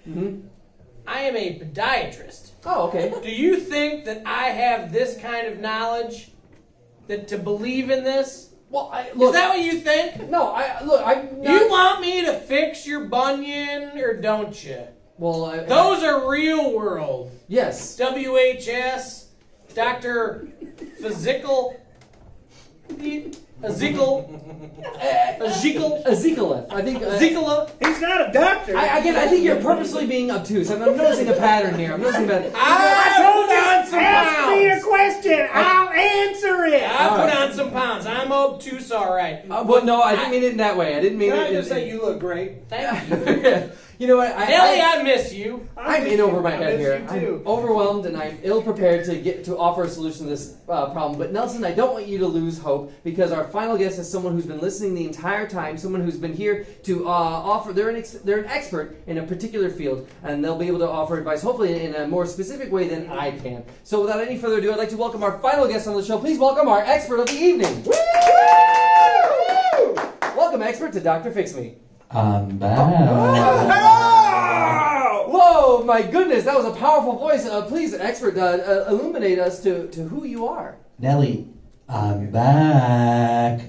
B: Mhm.
D: I am a podiatrist.
B: Oh, okay.
D: Do you think that I have this kind of knowledge that to believe in this?
B: Well, I,
D: Is
B: look.
D: that what you think?
B: no, I look. I
D: You want me to fix your bunion or don't you?
B: well. I,
D: Those are real world.
B: Yes.
D: WHS, Dr. Physical, Ezekiel, Ezekiel,
B: Ezekielith. I think. uh,
D: Ezekiel.
C: He's not a doctor.
B: I, again, I think you're purposely being obtuse. I'm, I'm noticing a pattern here. I'm noticing a pattern.
D: I
C: told you,
D: put on some
C: ask me a
D: pounds.
C: question. I'll answer it.
D: I
B: All
D: put
B: right.
D: on some pounds. I'm obtuse, all right.
B: Uh, well, no, I didn't mean it in that way. I didn't mean
C: Can
B: it.
C: I
B: in-
C: just say you look great?
D: Thank you.
B: you know what? I,
D: Nelly,
B: I,
D: I, miss you.
B: am in over my
C: I
B: head
C: miss
B: here.
C: You
B: I'm
C: too.
B: overwhelmed and I'm ill prepared to get to offer a solution to this uh, problem. But Nelson, I don't want you to lose hope because our final guest is someone who's been listening the entire time, someone who's been here to uh, offer. They're an ex- they're an expert in a particular field, and they'll be able to offer advice, hopefully in a more specific way than I can. So, without any further ado, I'd like to welcome our final guest on the show. Please welcome our expert of the evening. Welcome, expert, to Doctor Fix Me.
F: I'm back.
C: Oh!
B: Whoa, my goodness, that was a powerful voice. Uh, please, expert, uh, uh, illuminate us to, to who you are.
F: Nelly, I'm back.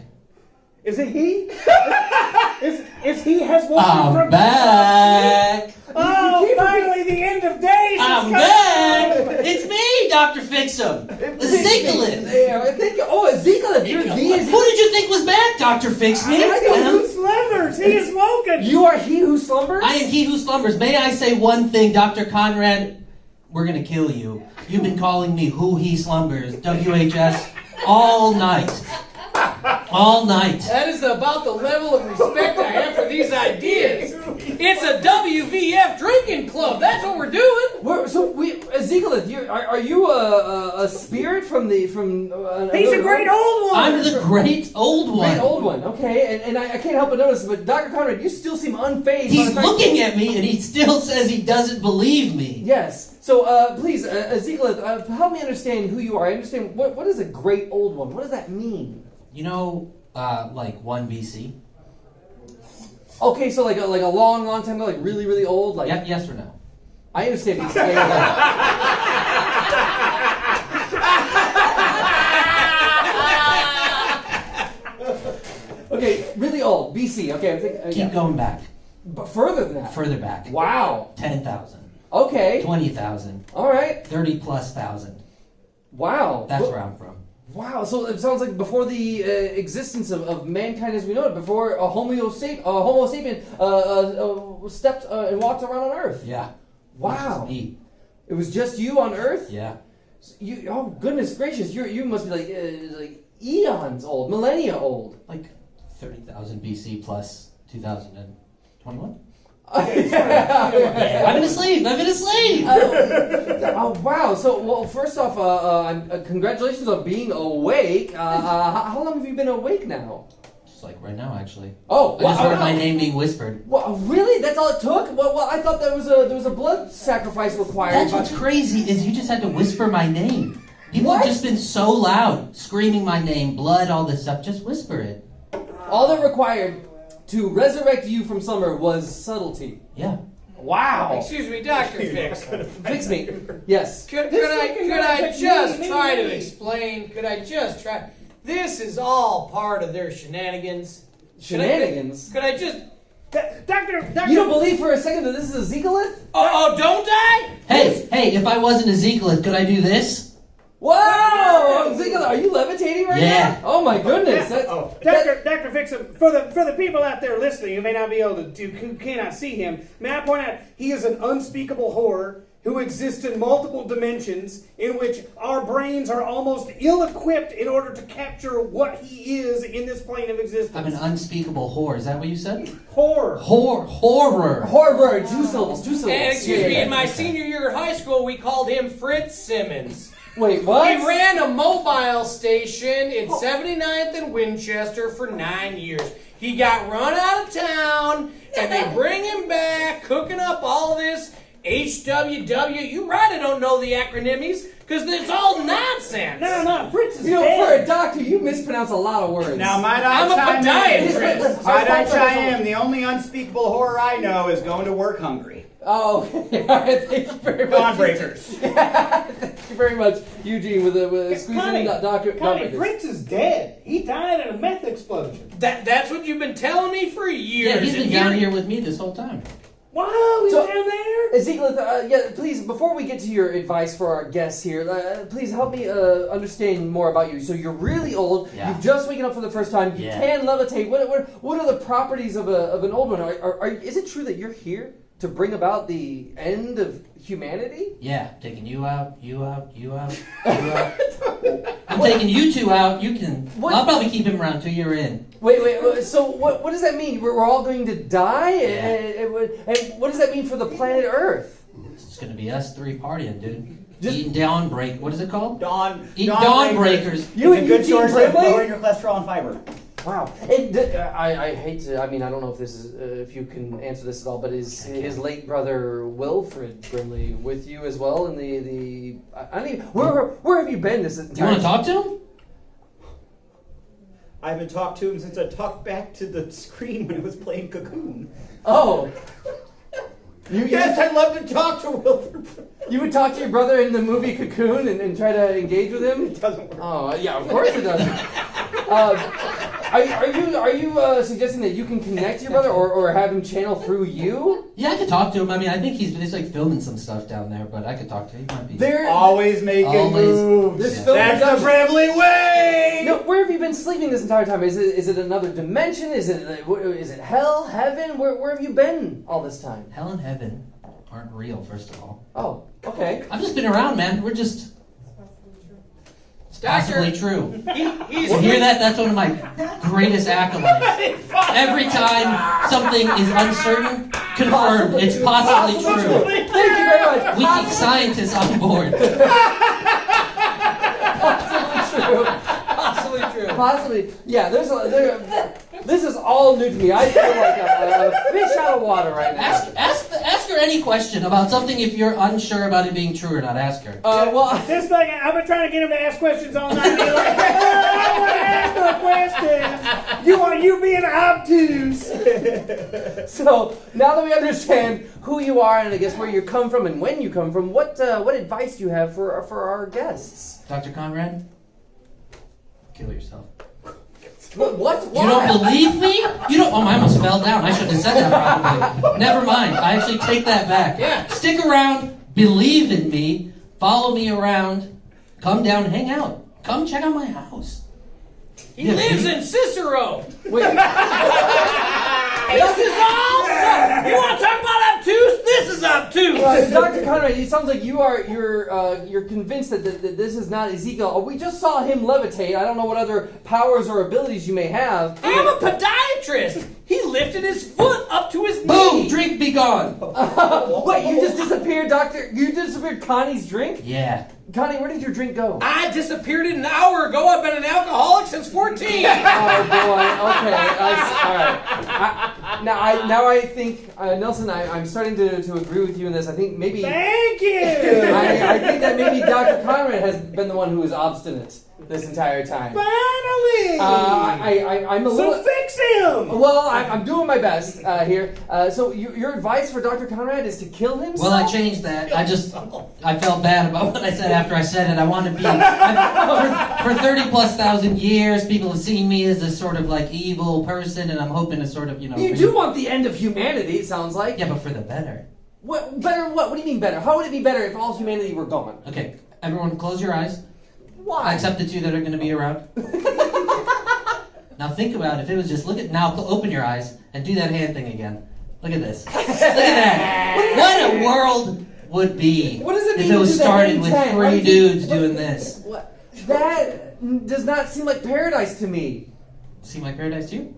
C: Is it he? is, is he has woken
F: I'm
C: from?
F: back.
C: Oh, finally, the end of days.
F: I'm back. It's me, Dr. Fixum. Ezekiel.
B: Yeah, thank you. Oh, Ezekiel, you're the
F: Who
B: Ezekiel.
F: did you think was back, Dr. Fix Me?
B: I don't
F: Huh?
C: Who slumbers? He is woken.
B: You are he who slumbers?
F: I am he who slumbers. May I say one thing, Dr. Conrad? We're going to kill you. You've been calling me who he slumbers, WHS, all night. All night.
D: That is about the level of respect I have for these ideas. It's a WVF drinking club. That's what we're doing.
B: We're- so, we, Ezekiel, you, are, are you a, a, a spirit from the. from? Uh,
C: He's a great old one.
F: I'm the great old
B: Great
F: one.
B: old one, okay, and, and I, I can't help but notice, but Dr. Conrad, you still seem unfazed. by the
F: He's
B: fact-
F: looking at me and he still says he doesn't believe me.
B: Yes. So, uh, please, uh, Ezekiel, uh, help me understand who you are. I understand what, what is a great old one. What does that mean?
F: You know, uh, like 1 BC?
B: Okay, so like a, like a long, long time ago, like really, really old. Like
F: Yep, yes or no?
B: I understand. But yeah, yeah, yeah. okay, really old. BC. Okay, I'm thinking.
F: Keep
B: yeah.
F: going back.
B: But further than that.
F: Further back.
B: wow.
F: 10,000,
B: Okay.
F: 20,000,
B: All right.
F: 30 plus thousand.
B: Wow.
F: That's
B: Wh-
F: where I'm from.
B: Wow, so it sounds like before the uh, existence of, of mankind as we know it, before a Homo sapien, uh, Homo sapien uh, uh, uh, stepped uh, and walked around on Earth.
F: Yeah.
B: Wow.
F: This is me.
B: It was just you on Earth.
F: Yeah.
B: You, oh goodness gracious, you you must be like uh, like eons old, millennia old.
F: Like 30,000 BC plus 2021.
B: oh
F: I'm in a slave. I'm in a slave.
B: Uh, oh, wow! So well, first off, uh, uh, uh, congratulations on being awake. Uh, uh, how, how long have you been awake now?
F: It's like right now, actually.
B: Oh,
F: I just
B: wow.
F: heard my name being whispered.
B: Wha- really? That's all it took? Well, well, I thought there was a there was a blood sacrifice required.
F: That's
B: but-
F: what's crazy is you just had to whisper my name. People
B: What?
F: have just been so loud, screaming my name, blood, all this stuff. Just whisper it.
B: all that required to resurrect you from slumber was subtlety.
F: Yeah.
B: Wow.
D: Excuse me, Doctor Fix.
B: Fix me. Yes.
D: Could, could I could I just try to explain? Could I just try? This is all part of their shenanigans. Could I-
B: Shenanigans.
D: Could I just?
C: Doctor, Doctor,
B: You don't believe for a second that this is a Zekalith?
D: Oh, oh, don't I?
F: Hey, hey, if I wasn't Ezekiel, could I do this?
B: Whoa! Zekalith, are you levitating right
F: Yeah.
B: now? Oh my goodness. That,
E: Oh.
B: that-
C: Doctor, Doctor Fixum, for the for the people out there listening who may not be able to do, who cannot see him, may I point out he is an unspeakable horror who exists in multiple dimensions in which our brains are almost ill-equipped in order to capture what he is in this plane of
F: I'm an
C: existence.
F: unspeakable whore. Is that what you said?
B: oh.
C: Horror.
F: Whore, horror.
B: horror, two syllables, two syllables.
D: And excuse
B: Yeah,
D: me,
B: yeah,
D: in my
B: yeah.
D: senior year of high school, we called him Fritz Simmons.
B: Wait,
D: He
B: what?
D: ran a mobile station in 79th and Winchester for nine years. He got run out of town, and they bring him back, cooking up all this HWW. You right, I don't know the acronyms, because it's all nonsense.
C: No, no, Fritz is
B: You know, for
C: dead.
B: a doctor, you mispronounce a lot of words.
E: Now might I
D: I'm a
E: chime in?
D: podiatrist.
E: Chris? Might I chime in? The only unspeakable horror I know is going to work hungry.
B: Oh, okay. All right, thank you very much.
E: Dawnbreakers.
B: Thank you very much, Eugene, with a, with a squeeze
C: Connie,
B: in the doctor.
C: Connie,
B: doctor-
C: Fritz is dead. He died in a meth explosion.
D: That, that's what you've been telling me for years.
F: Yeah, he's been
D: and
F: down
D: here-
F: here with me this whole time.
C: Wow, he's
B: So-
C: down there.
B: Ezekiel, uh, yeah, please, before we get to your advice for our guests here, uh, please help me uh, understand more about you. So you're really old.
F: Yeah.
B: You've just waken up for the first time. You
F: Yeah.
B: can levitate. What, what, what are the properties of, a, of an old one? Are, are, are, is it true that you're here to bring about the end of humanity?
F: Yeah, taking you out, you out, you out, you out. I'm taking you two out. You can.
B: What-
F: I'll probably keep him around till you're in.
B: Wait, wait. wait, So what, what does that mean? We're, we're all going to die,
F: Yeah.
B: and, and, and what does that mean for the planet Earth?
F: It's gonna be us three partying, dude.
B: Just-
F: Eating down break. What is it called?
E: Dawn.
F: Eat dawn breakers.
B: You
E: it's a
B: and
E: good
B: Eugene
E: source of
B: Brimley?
E: lowering your cholesterol and fiber.
B: Wow. And d- uh, I, I hate to. I mean, I don't know if this is uh, if you can answer this at all, but is his late brother Wilfred Brimley with you as well? In the the I I don't even, where where have you been this entire?
F: Do you want to talk to him?
E: I haven't talked to him since I talked back to the screen when it was playing Cocoon.
B: Oh. You,
E: Yes, I'd love to talk to Wilford.
B: you, you would talk to your brother in the movie Cocoon and, and try to engage with him.
E: Doesn't work.
B: Oh yeah, of course it doesn't. Uh, are, you- are you are you uh, suggesting that you can connect to your brother or, or have him channel through you?
F: Yeah, I could talk to him. I mean, I think he's he's like filming some stuff down there, but I could talk to him. He might be.
B: There,
E: Always making
F: Always.
E: moves.
B: this
F: Yeah.
B: film
E: That's the
B: production-
E: Bramley way.
B: No, where have you been sleeping this entire time? Is it is it another dimension? Is it is it hell, heaven? Where where have you been all this time?
F: Hell and heaven aren't real, first of all.
B: Oh, okay.
F: I've just been around, man. We're just. It's possibly
D: Doctor.
F: true.
D: He, he's
F: You hear that? That's one of my greatest accolades. Every time something is uncertain, confirmed.
B: Possibly
F: It's
B: true.
F: possibly
B: Thank you
F: true.
B: very much.
F: We keep scientists on board.
B: Possibly true.
D: Absolutely true.
B: Possibly. Yeah. There's a, there. This is all new to me. I feel like a, a fish out of water right now.
F: Ask, ask, ask her any question about something if you're unsure about it being true or not. Ask her.
B: Uh, well,
C: This thing, I've been trying to get him to ask questions all night. He's like, I want to ask a question. You are you being obtuse?
B: so now that we understand who you are and I guess where you come from and when you come from, what uh, what advice do you have for for our guests?
F: Dr. Conrad, kill yourself.
B: What? what?
F: You don't believe me? You don't. Oh, I almost fell down. I should have said that probably. Never mind. I actually take that back.
D: Yeah.
F: Stick around. Believe in me. Follow me around. Come down. Hang out. Come check out my house.
D: He lives in Cicero.
B: Wait.
D: This is all. so- You want to talk about obtuse? This is obtuse.
B: Uh, Dr. Conrad, it sounds like you are you're uh, you're convinced that, that, that this is not Ezekiel. Oh, We just saw him levitate. I don't know what other powers or abilities you may have.
D: I'm a podiatrist. He lifted his foot up to his
F: Boom.
D: knee.
F: Drink be gone.
B: Wait, you just disappeared, Doctor. You disappeared Connie's drink.
F: Yeah.
B: Connie, where did your drink go?
D: I disappeared an hour ago. I've been an alcoholic since 14.
B: Oh boy. Okay. I s- all right. I, now I now I think uh, Nelson, I, I'm starting to, to agree with you in this. I think maybe I,
C: Thank you.
B: I think that maybe Dr. Conrad has been the one who was obstinate this entire time. Uh,
C: Finally.
B: I, I I'm a little.
C: so fix him.
B: Well, I, I'm doing my best uh, here. Uh, so, you, your advice for Dr. Conrad is to kill himself?
F: Well, I changed that. I just I felt bad about what I said after I said it. I want to be I- for, for thirty plus thousand years. People have seen me as this sort of like evil person, and I'm hoping to sort of you know.
B: you
F: bring-
B: do want the end of humanity, it sounds like.
F: Yeah, but for the better.
B: What, better what? What do you mean better? How would it be better if all humanity were gone?
F: Okay, everyone, close your eyes,
B: Why?
F: except the two that are going to be around. now think about if it was just look at now. cl- Open your eyes and do that hand thing again. Look at this. Look at that. What a world would be
B: What does it
F: if
B: mean
F: it
B: to
F: was
B: do the
F: started
B: hand
F: with
B: tag? What
F: three
B: do you-
F: dudes
B: what-
F: doing this.
B: What? That n- does not seem like paradise to me.
F: See my paradise to you?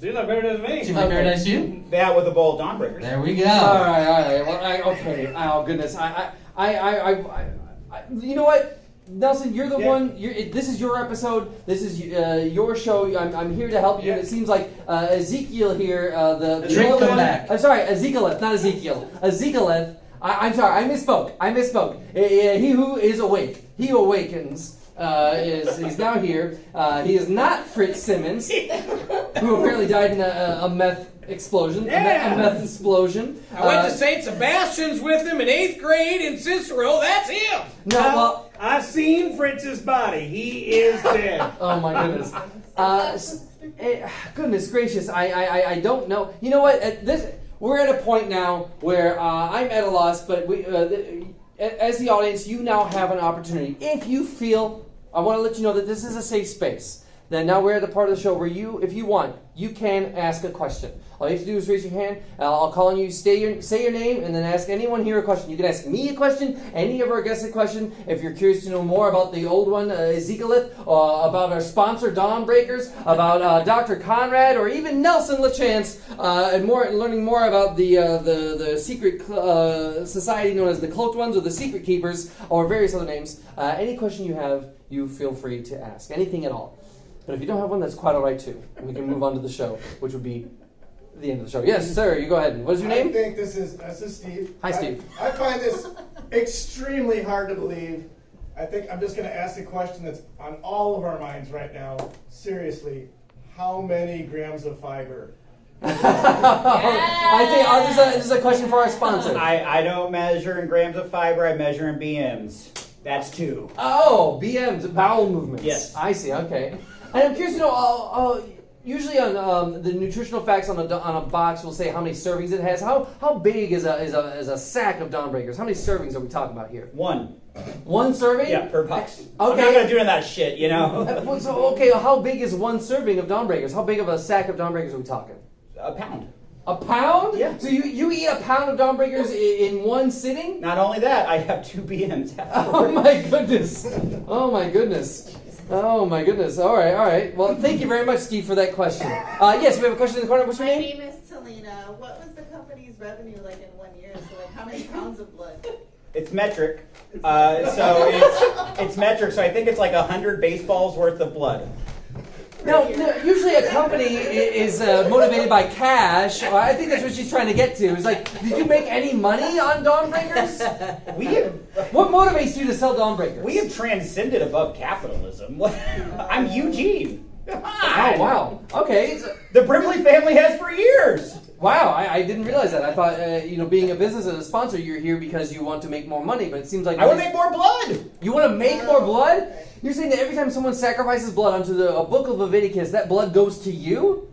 C: You're not better than me.
F: See my
B: Okay.
F: paradise to you?
E: That with a bowl of dawnbreakers.
F: There we go.
B: All right, all right. Well, I, okay. Oh goodness. I, I, I, I, I, I you know what? Nelson, you're the
C: Yeah.
B: one. You're, it, this is your episode. This is uh, your show. I'm, I'm here to help you. And it
C: Yeah.
B: seems like uh, Ezekiel here, uh, the, the
F: Drink
B: old
F: them
B: one-
F: back.
B: I'm sorry, Ezekieleth, not Ezekiel. Ezekieleth. I, I'm sorry, I misspoke. I misspoke. Eh, eh, he who is awake, he who awakens. Uh, is he's now here? Uh, he is not Fritz Simmons, who apparently died in a, a meth explosion. A me-
C: Yeah.
B: A meth explosion.
D: I went
B: Uh,
D: to St. Sebastian's with him in eighth grade in Cicero. That's him.
B: No, well,
C: I've seen Fritz's body. He is dead.
B: oh my goodness. Uh, s- eh, goodness gracious, I, I, I- I don't know. You know what? At this, we're at a point now where uh, I'm at a loss, but we, uh, the, a- as the audience, you now have an opportunity. If you feel, I want to let you know that this is a safe space. Then now we're at the part of the show where you, if you want, you can ask a question. All you have to do is raise your hand. and I'll call on you. Stay your, say your name, and then ask anyone here a question. You can ask me a question, any of our guests a question. If you're curious to know more about the old one, uh, Ezekielith, uh, about our sponsor Dawn Breakers, about uh, Dr. Conrad, or even Nelson LaChance, uh, and more, and learning more about the uh, the the secret cl- uh, society known as the Cloaked Ones or the Secret Keepers, or various other names. Uh, any question you have, you feel free to ask. Anything at all. But if you don't have one, that's quite all right too. We can move on to the show, which would be the end of the show. Yes, sir. You go ahead. What is your
G: I
B: name?
G: think this is this is Steve.
B: Hi,
G: I-
B: Steve.
G: I, find this extremely hard to believe. I think I'm just going to ask the question that's on all of our minds right now. Seriously, how many grams of fiber?
B: I think oh, this, is a, this is a question for our sponsor.
E: I, I don't measure in grams of fiber, I measure in BMs. That's two.
B: Oh, BMs, bowel movements.
E: Yes.
B: I see. Okay. And I'm curious to know. Uh, uh, usually on um, the nutritional facts on a do- on a box will say how many servings it has. How how big is a is a is a sack of Dawn Breakers? How many servings are we talking about here?
E: One.
B: One serving.
E: Yeah, per box. I'm
B: Okay.
E: not gonna do any of that shit, you know?
B: Uh, well, So okay, how big is one serving of Dawn Breakers? How big of a sack of Dawn Breakers are we talking?
E: a pound.
B: A pound?
E: Yeah.
B: So you, you eat a pound of Dawn Breakers i- in one sitting?
E: Not only that, I have two BMs
B: Oh
E: afterwards.
B: my goodness. Oh my goodness. Oh my goodness. All right, all right. Well, thank you very much, Steve, for that question. Uh, yes, we have a question in the corner. What's
H: My
B: your name?
H: name is Talina. What was the company's revenue like in one year? So like how many pounds of blood?
E: It's metric. Uh, so it's, it's metric, so I think it's like a hundred baseballs worth of blood.
B: No, no, usually a company i- is uh, motivated by cash. Uh, I think that's what she's trying to get to. It's like, did you make any money on Dawn Breakers?
E: We have,
B: What motivates you to sell Dawn Breakers?
E: we have transcended above capitalism. I'm Eugene.
B: Oh, wow. Okay.
E: The Brimley family has for years.
B: Wow, I, I didn't realize that. I thought, uh, you know, being a business and a sponsor, you're here because you want to make more money. But it seems like
E: I want to make more blood.
B: you want to make more blood. You're saying that every time someone sacrifices blood onto the a book of Leviticus, that blood goes to you.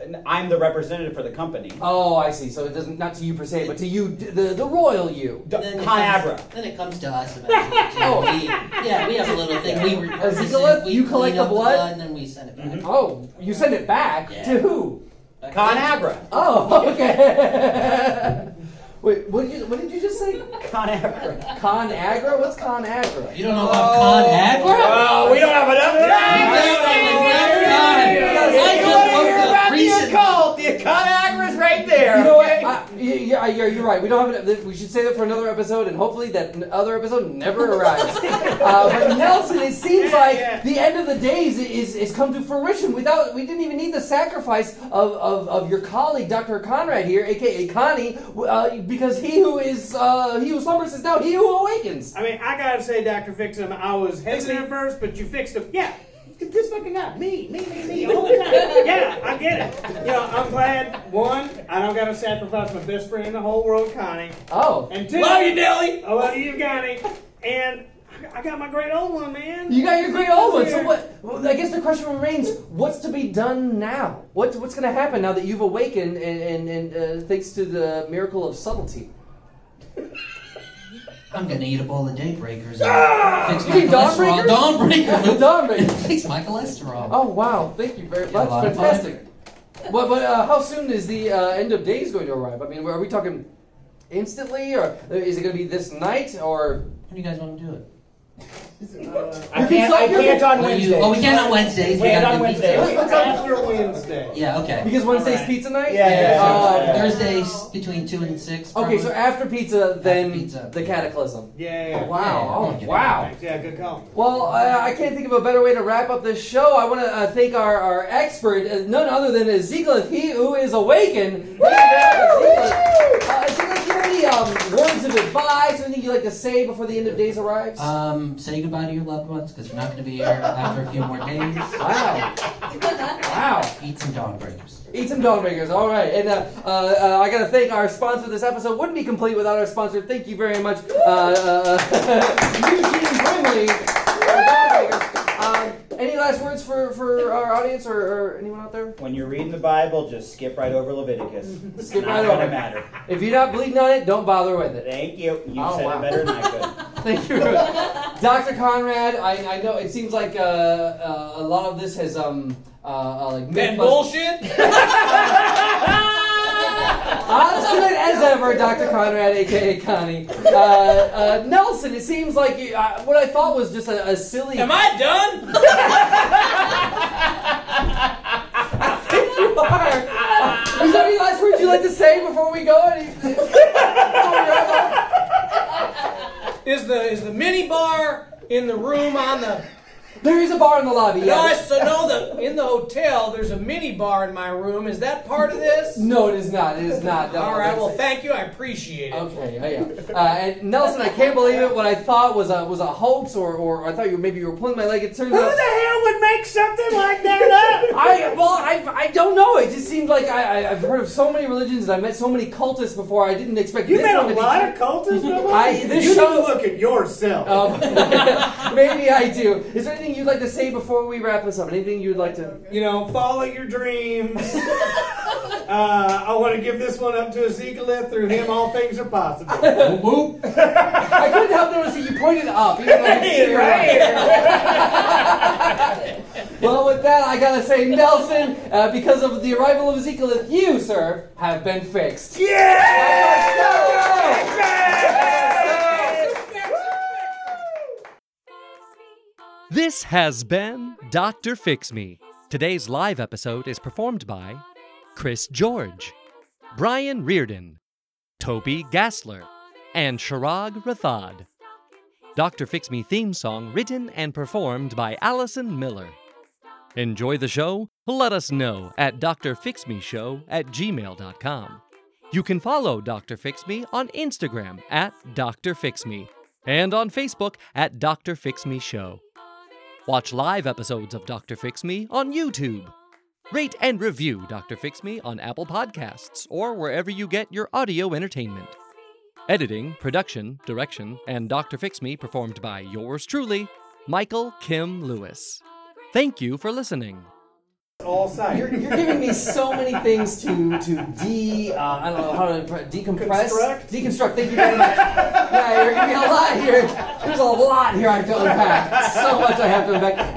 E: And I'm the representative for the company.
B: Oh, I see. So it doesn't not to you per se, but to you, d- the the royal you.
E: D-
F: Then it
E: Conagra.
F: comes- Then it comes to us eventually. too.
B: Oh.
F: We- yeah, we have a little thing. We repurpose
B: Ezekiel,
F: it, we
B: you collect
F: clean
B: the
F: up
B: blood?
F: and then we send it back.
B: Oh, you send it back to
F: Yeah.
B: who?
F: Back
E: Conagra.
B: Oh, okay. Wait, what did you what did you just say?
E: Conagra.
B: Conagra? What's
F: to-
B: Conagra?
F: You don't know about Conagra?
E: Oh, we don't have enough
F: I
E: You
F: just
E: want to
F: woke
E: hear
F: up
E: about the
F: recently.
E: occult? The Conagra's right there.
B: You know what?
E: okay?
B: I, Uh, Yeah, yeah, yeah, you're right. We don't have. An, we should say that for another episode, and hopefully that n- other episode never arrives. uh, but Nelson, it seems
C: Yeah,
B: like
C: yeah.
B: the end of the days is, is come to fruition. Without, we didn't even need the sacrifice of, of, of your colleague, Dr. Conrad here, aka Connie, w- uh, because he who is uh, he who slumbers is now he who awakens.
C: I mean, I gotta say, Doctor Fixum, I was hesitant at first, but you fixed him. Yeah, this fucking guy, me, me, me, me, all the time. yeah, I get it. You know, I'm glad. One, I don't gotta sacrifice my best friend in the whole world, Connie.
B: Oh,
C: And two,
D: Love you, Nelly.
C: I love you, Connie. And I I got my great old one, man.
B: you got your great old one. So what? well, I guess the question remains: What's to be done now? What's what's going to happen now that you've awakened, and and, and uh, thanks to the miracle of subtlety?
F: I'm gonna eat up all the daybreakers. Fix
B: You
F: my
B: mean
F: cholesterol.
B: Dawnbreakers?
F: Dawnbreaker.
B: Dominate.
F: Fix my cholesterol.
B: Oh wow! Thank you very
F: Yeah, a
B: much.
F: lot of
B: Fantastic. But but uh, how soon is the uh, end of days going to arrive? I mean, are we talking instantly, or is it going to be this night, or
F: When do you guys want to do it?
B: You
I: I
B: can
I: can't,
B: suck
I: I
B: your-
I: can't on
F: Well, you-
I: Wednesday.
F: oh, we can on Wednesdays.
I: Can't on
F: gotta do
I: Wednesday.
F: pizza.
C: What's after Wednesday?
F: Yeah, okay.
B: because Wednesday's
C: Alright.
B: pizza night?
I: Yeah, yeah,
B: Um,
I: yeah.
F: Thursdays between two and six.
B: Okay, so
F: probably.
B: after pizza, then
F: pizza.
B: the cataclysm.
C: Yeah. yeah.
B: Wow!
F: Yeah.
B: Oh, wow!
C: Thanks, Yeah, good call.
B: Well, I, I can't think of a better way to wrap up this show. I want to uh, thank our, our expert, uh, none other than Ezekiel, he who is awakened. Uh, Ezekiel, do you have any um, words of advice, anything you'd like to say before the end of days arrives?
F: Um, say goodbye to your loved ones because we're not going to be here after a few more days.
B: wow. wow.
F: Eat some dawnbreakers.
B: Eat some Dawnbreakers. All right. And uh, uh, uh, I got to thank our sponsor. This episode wouldn't be complete without our sponsor. Thank you very much, uh, uh, Eugene Brimley. for Dawnbreakers. Um, any last words for, for our audience or, or anyone out there?
I: When you're reading the Bible, just skip right over Leviticus. It's
B: Skip
I: not
B: right
I: gonna
B: over.
I: matter.
B: If you're not bleeding on it, don't bother with it.
I: Thank you. You
B: Oh,
I: said
B: wow.
I: it better than I could.
B: Thank you, Dr. Conrad. I, I know it seems like uh, uh, a lot of this has um uh, uh like
D: That
B: Mythbusters-
D: bullshit.
B: Obstinate as ever, Dr. Conrad, aka Connie. Uh, uh, Nelson, it seems like you, uh, what I thought was just a, a silly.
D: Am I done?
B: You are. Uh, is there any last words you'd like to say before we go? Any- before we wrap up?
D: Is the is the mini bar in the room on the?
B: there is a bar in the lobby.
D: No, I
B: Yes.
D: so no. The in the hotel, there's a mini bar in my room. Is that part of this?
B: No, it is not. It is not. No,
D: All right.
B: that's-
D: Well, thank you. I appreciate it.
B: Okay, yeah, yeah. Uh, and Nelson, I can't believe it. What I thought was a was a hoax, or, or I thought you were, maybe you were pulling my leg. It turns
C: Who the
B: out
C: hell would make something like that up?
B: I well, I, I don't know. It just seemed like I, I I've heard of so many religions and I met so many cultists before. I didn't expect
C: You
B: this
C: met
B: one
C: a
B: to be-
C: lot of cultists, Bubba?
B: I- this
C: You
B: show-
C: need to look at yourself.
B: Oh, maybe I do. Is there anything you'd like to say before we wrap this up? Anything you'd like to?
C: You know, follow your dreams. uh, I want to give this one up to Ezekiel. Through him, all things are possible.
F: Whoop, whoop.
B: I couldn't help noticing you pointed up. Even though you said you're not. Well, with that, I gotta say, Nelson, uh, because of the arrival of Ezekiel, you, sir, have been fixed. Yeah!
J: This has been Dr. Fix Me. Today's live episode is performed by Chris George, Brian Reardon, Toby Gassler, and Sharag Rathod. Dr. Fix Me theme song written and performed by Allison Miller. Enjoy the show? Let us know at drfixmeshow at gmail.com. You can follow Dr. Fix Me on Instagram at Dr. Fix Me and on Facebook at Dr. Fix Me Show. Watch live episodes of Dr. Fix Me on YouTube. Rate and review Dr. Fix Me on Apple Podcasts or wherever you get your audio entertainment. Editing, production, direction, and Dr. Fix Me performed by yours truly, Michael Kim Lewis. Thank you for listening.
C: all sides.
B: You're, you're giving me so many things to to de uh, I don't know how to pr- decompress
C: Construct?
B: deconstruct. Thank you very much. Yeah, you're giving me a lot here. There's a lot here I have to unpack. So much I have to unpack.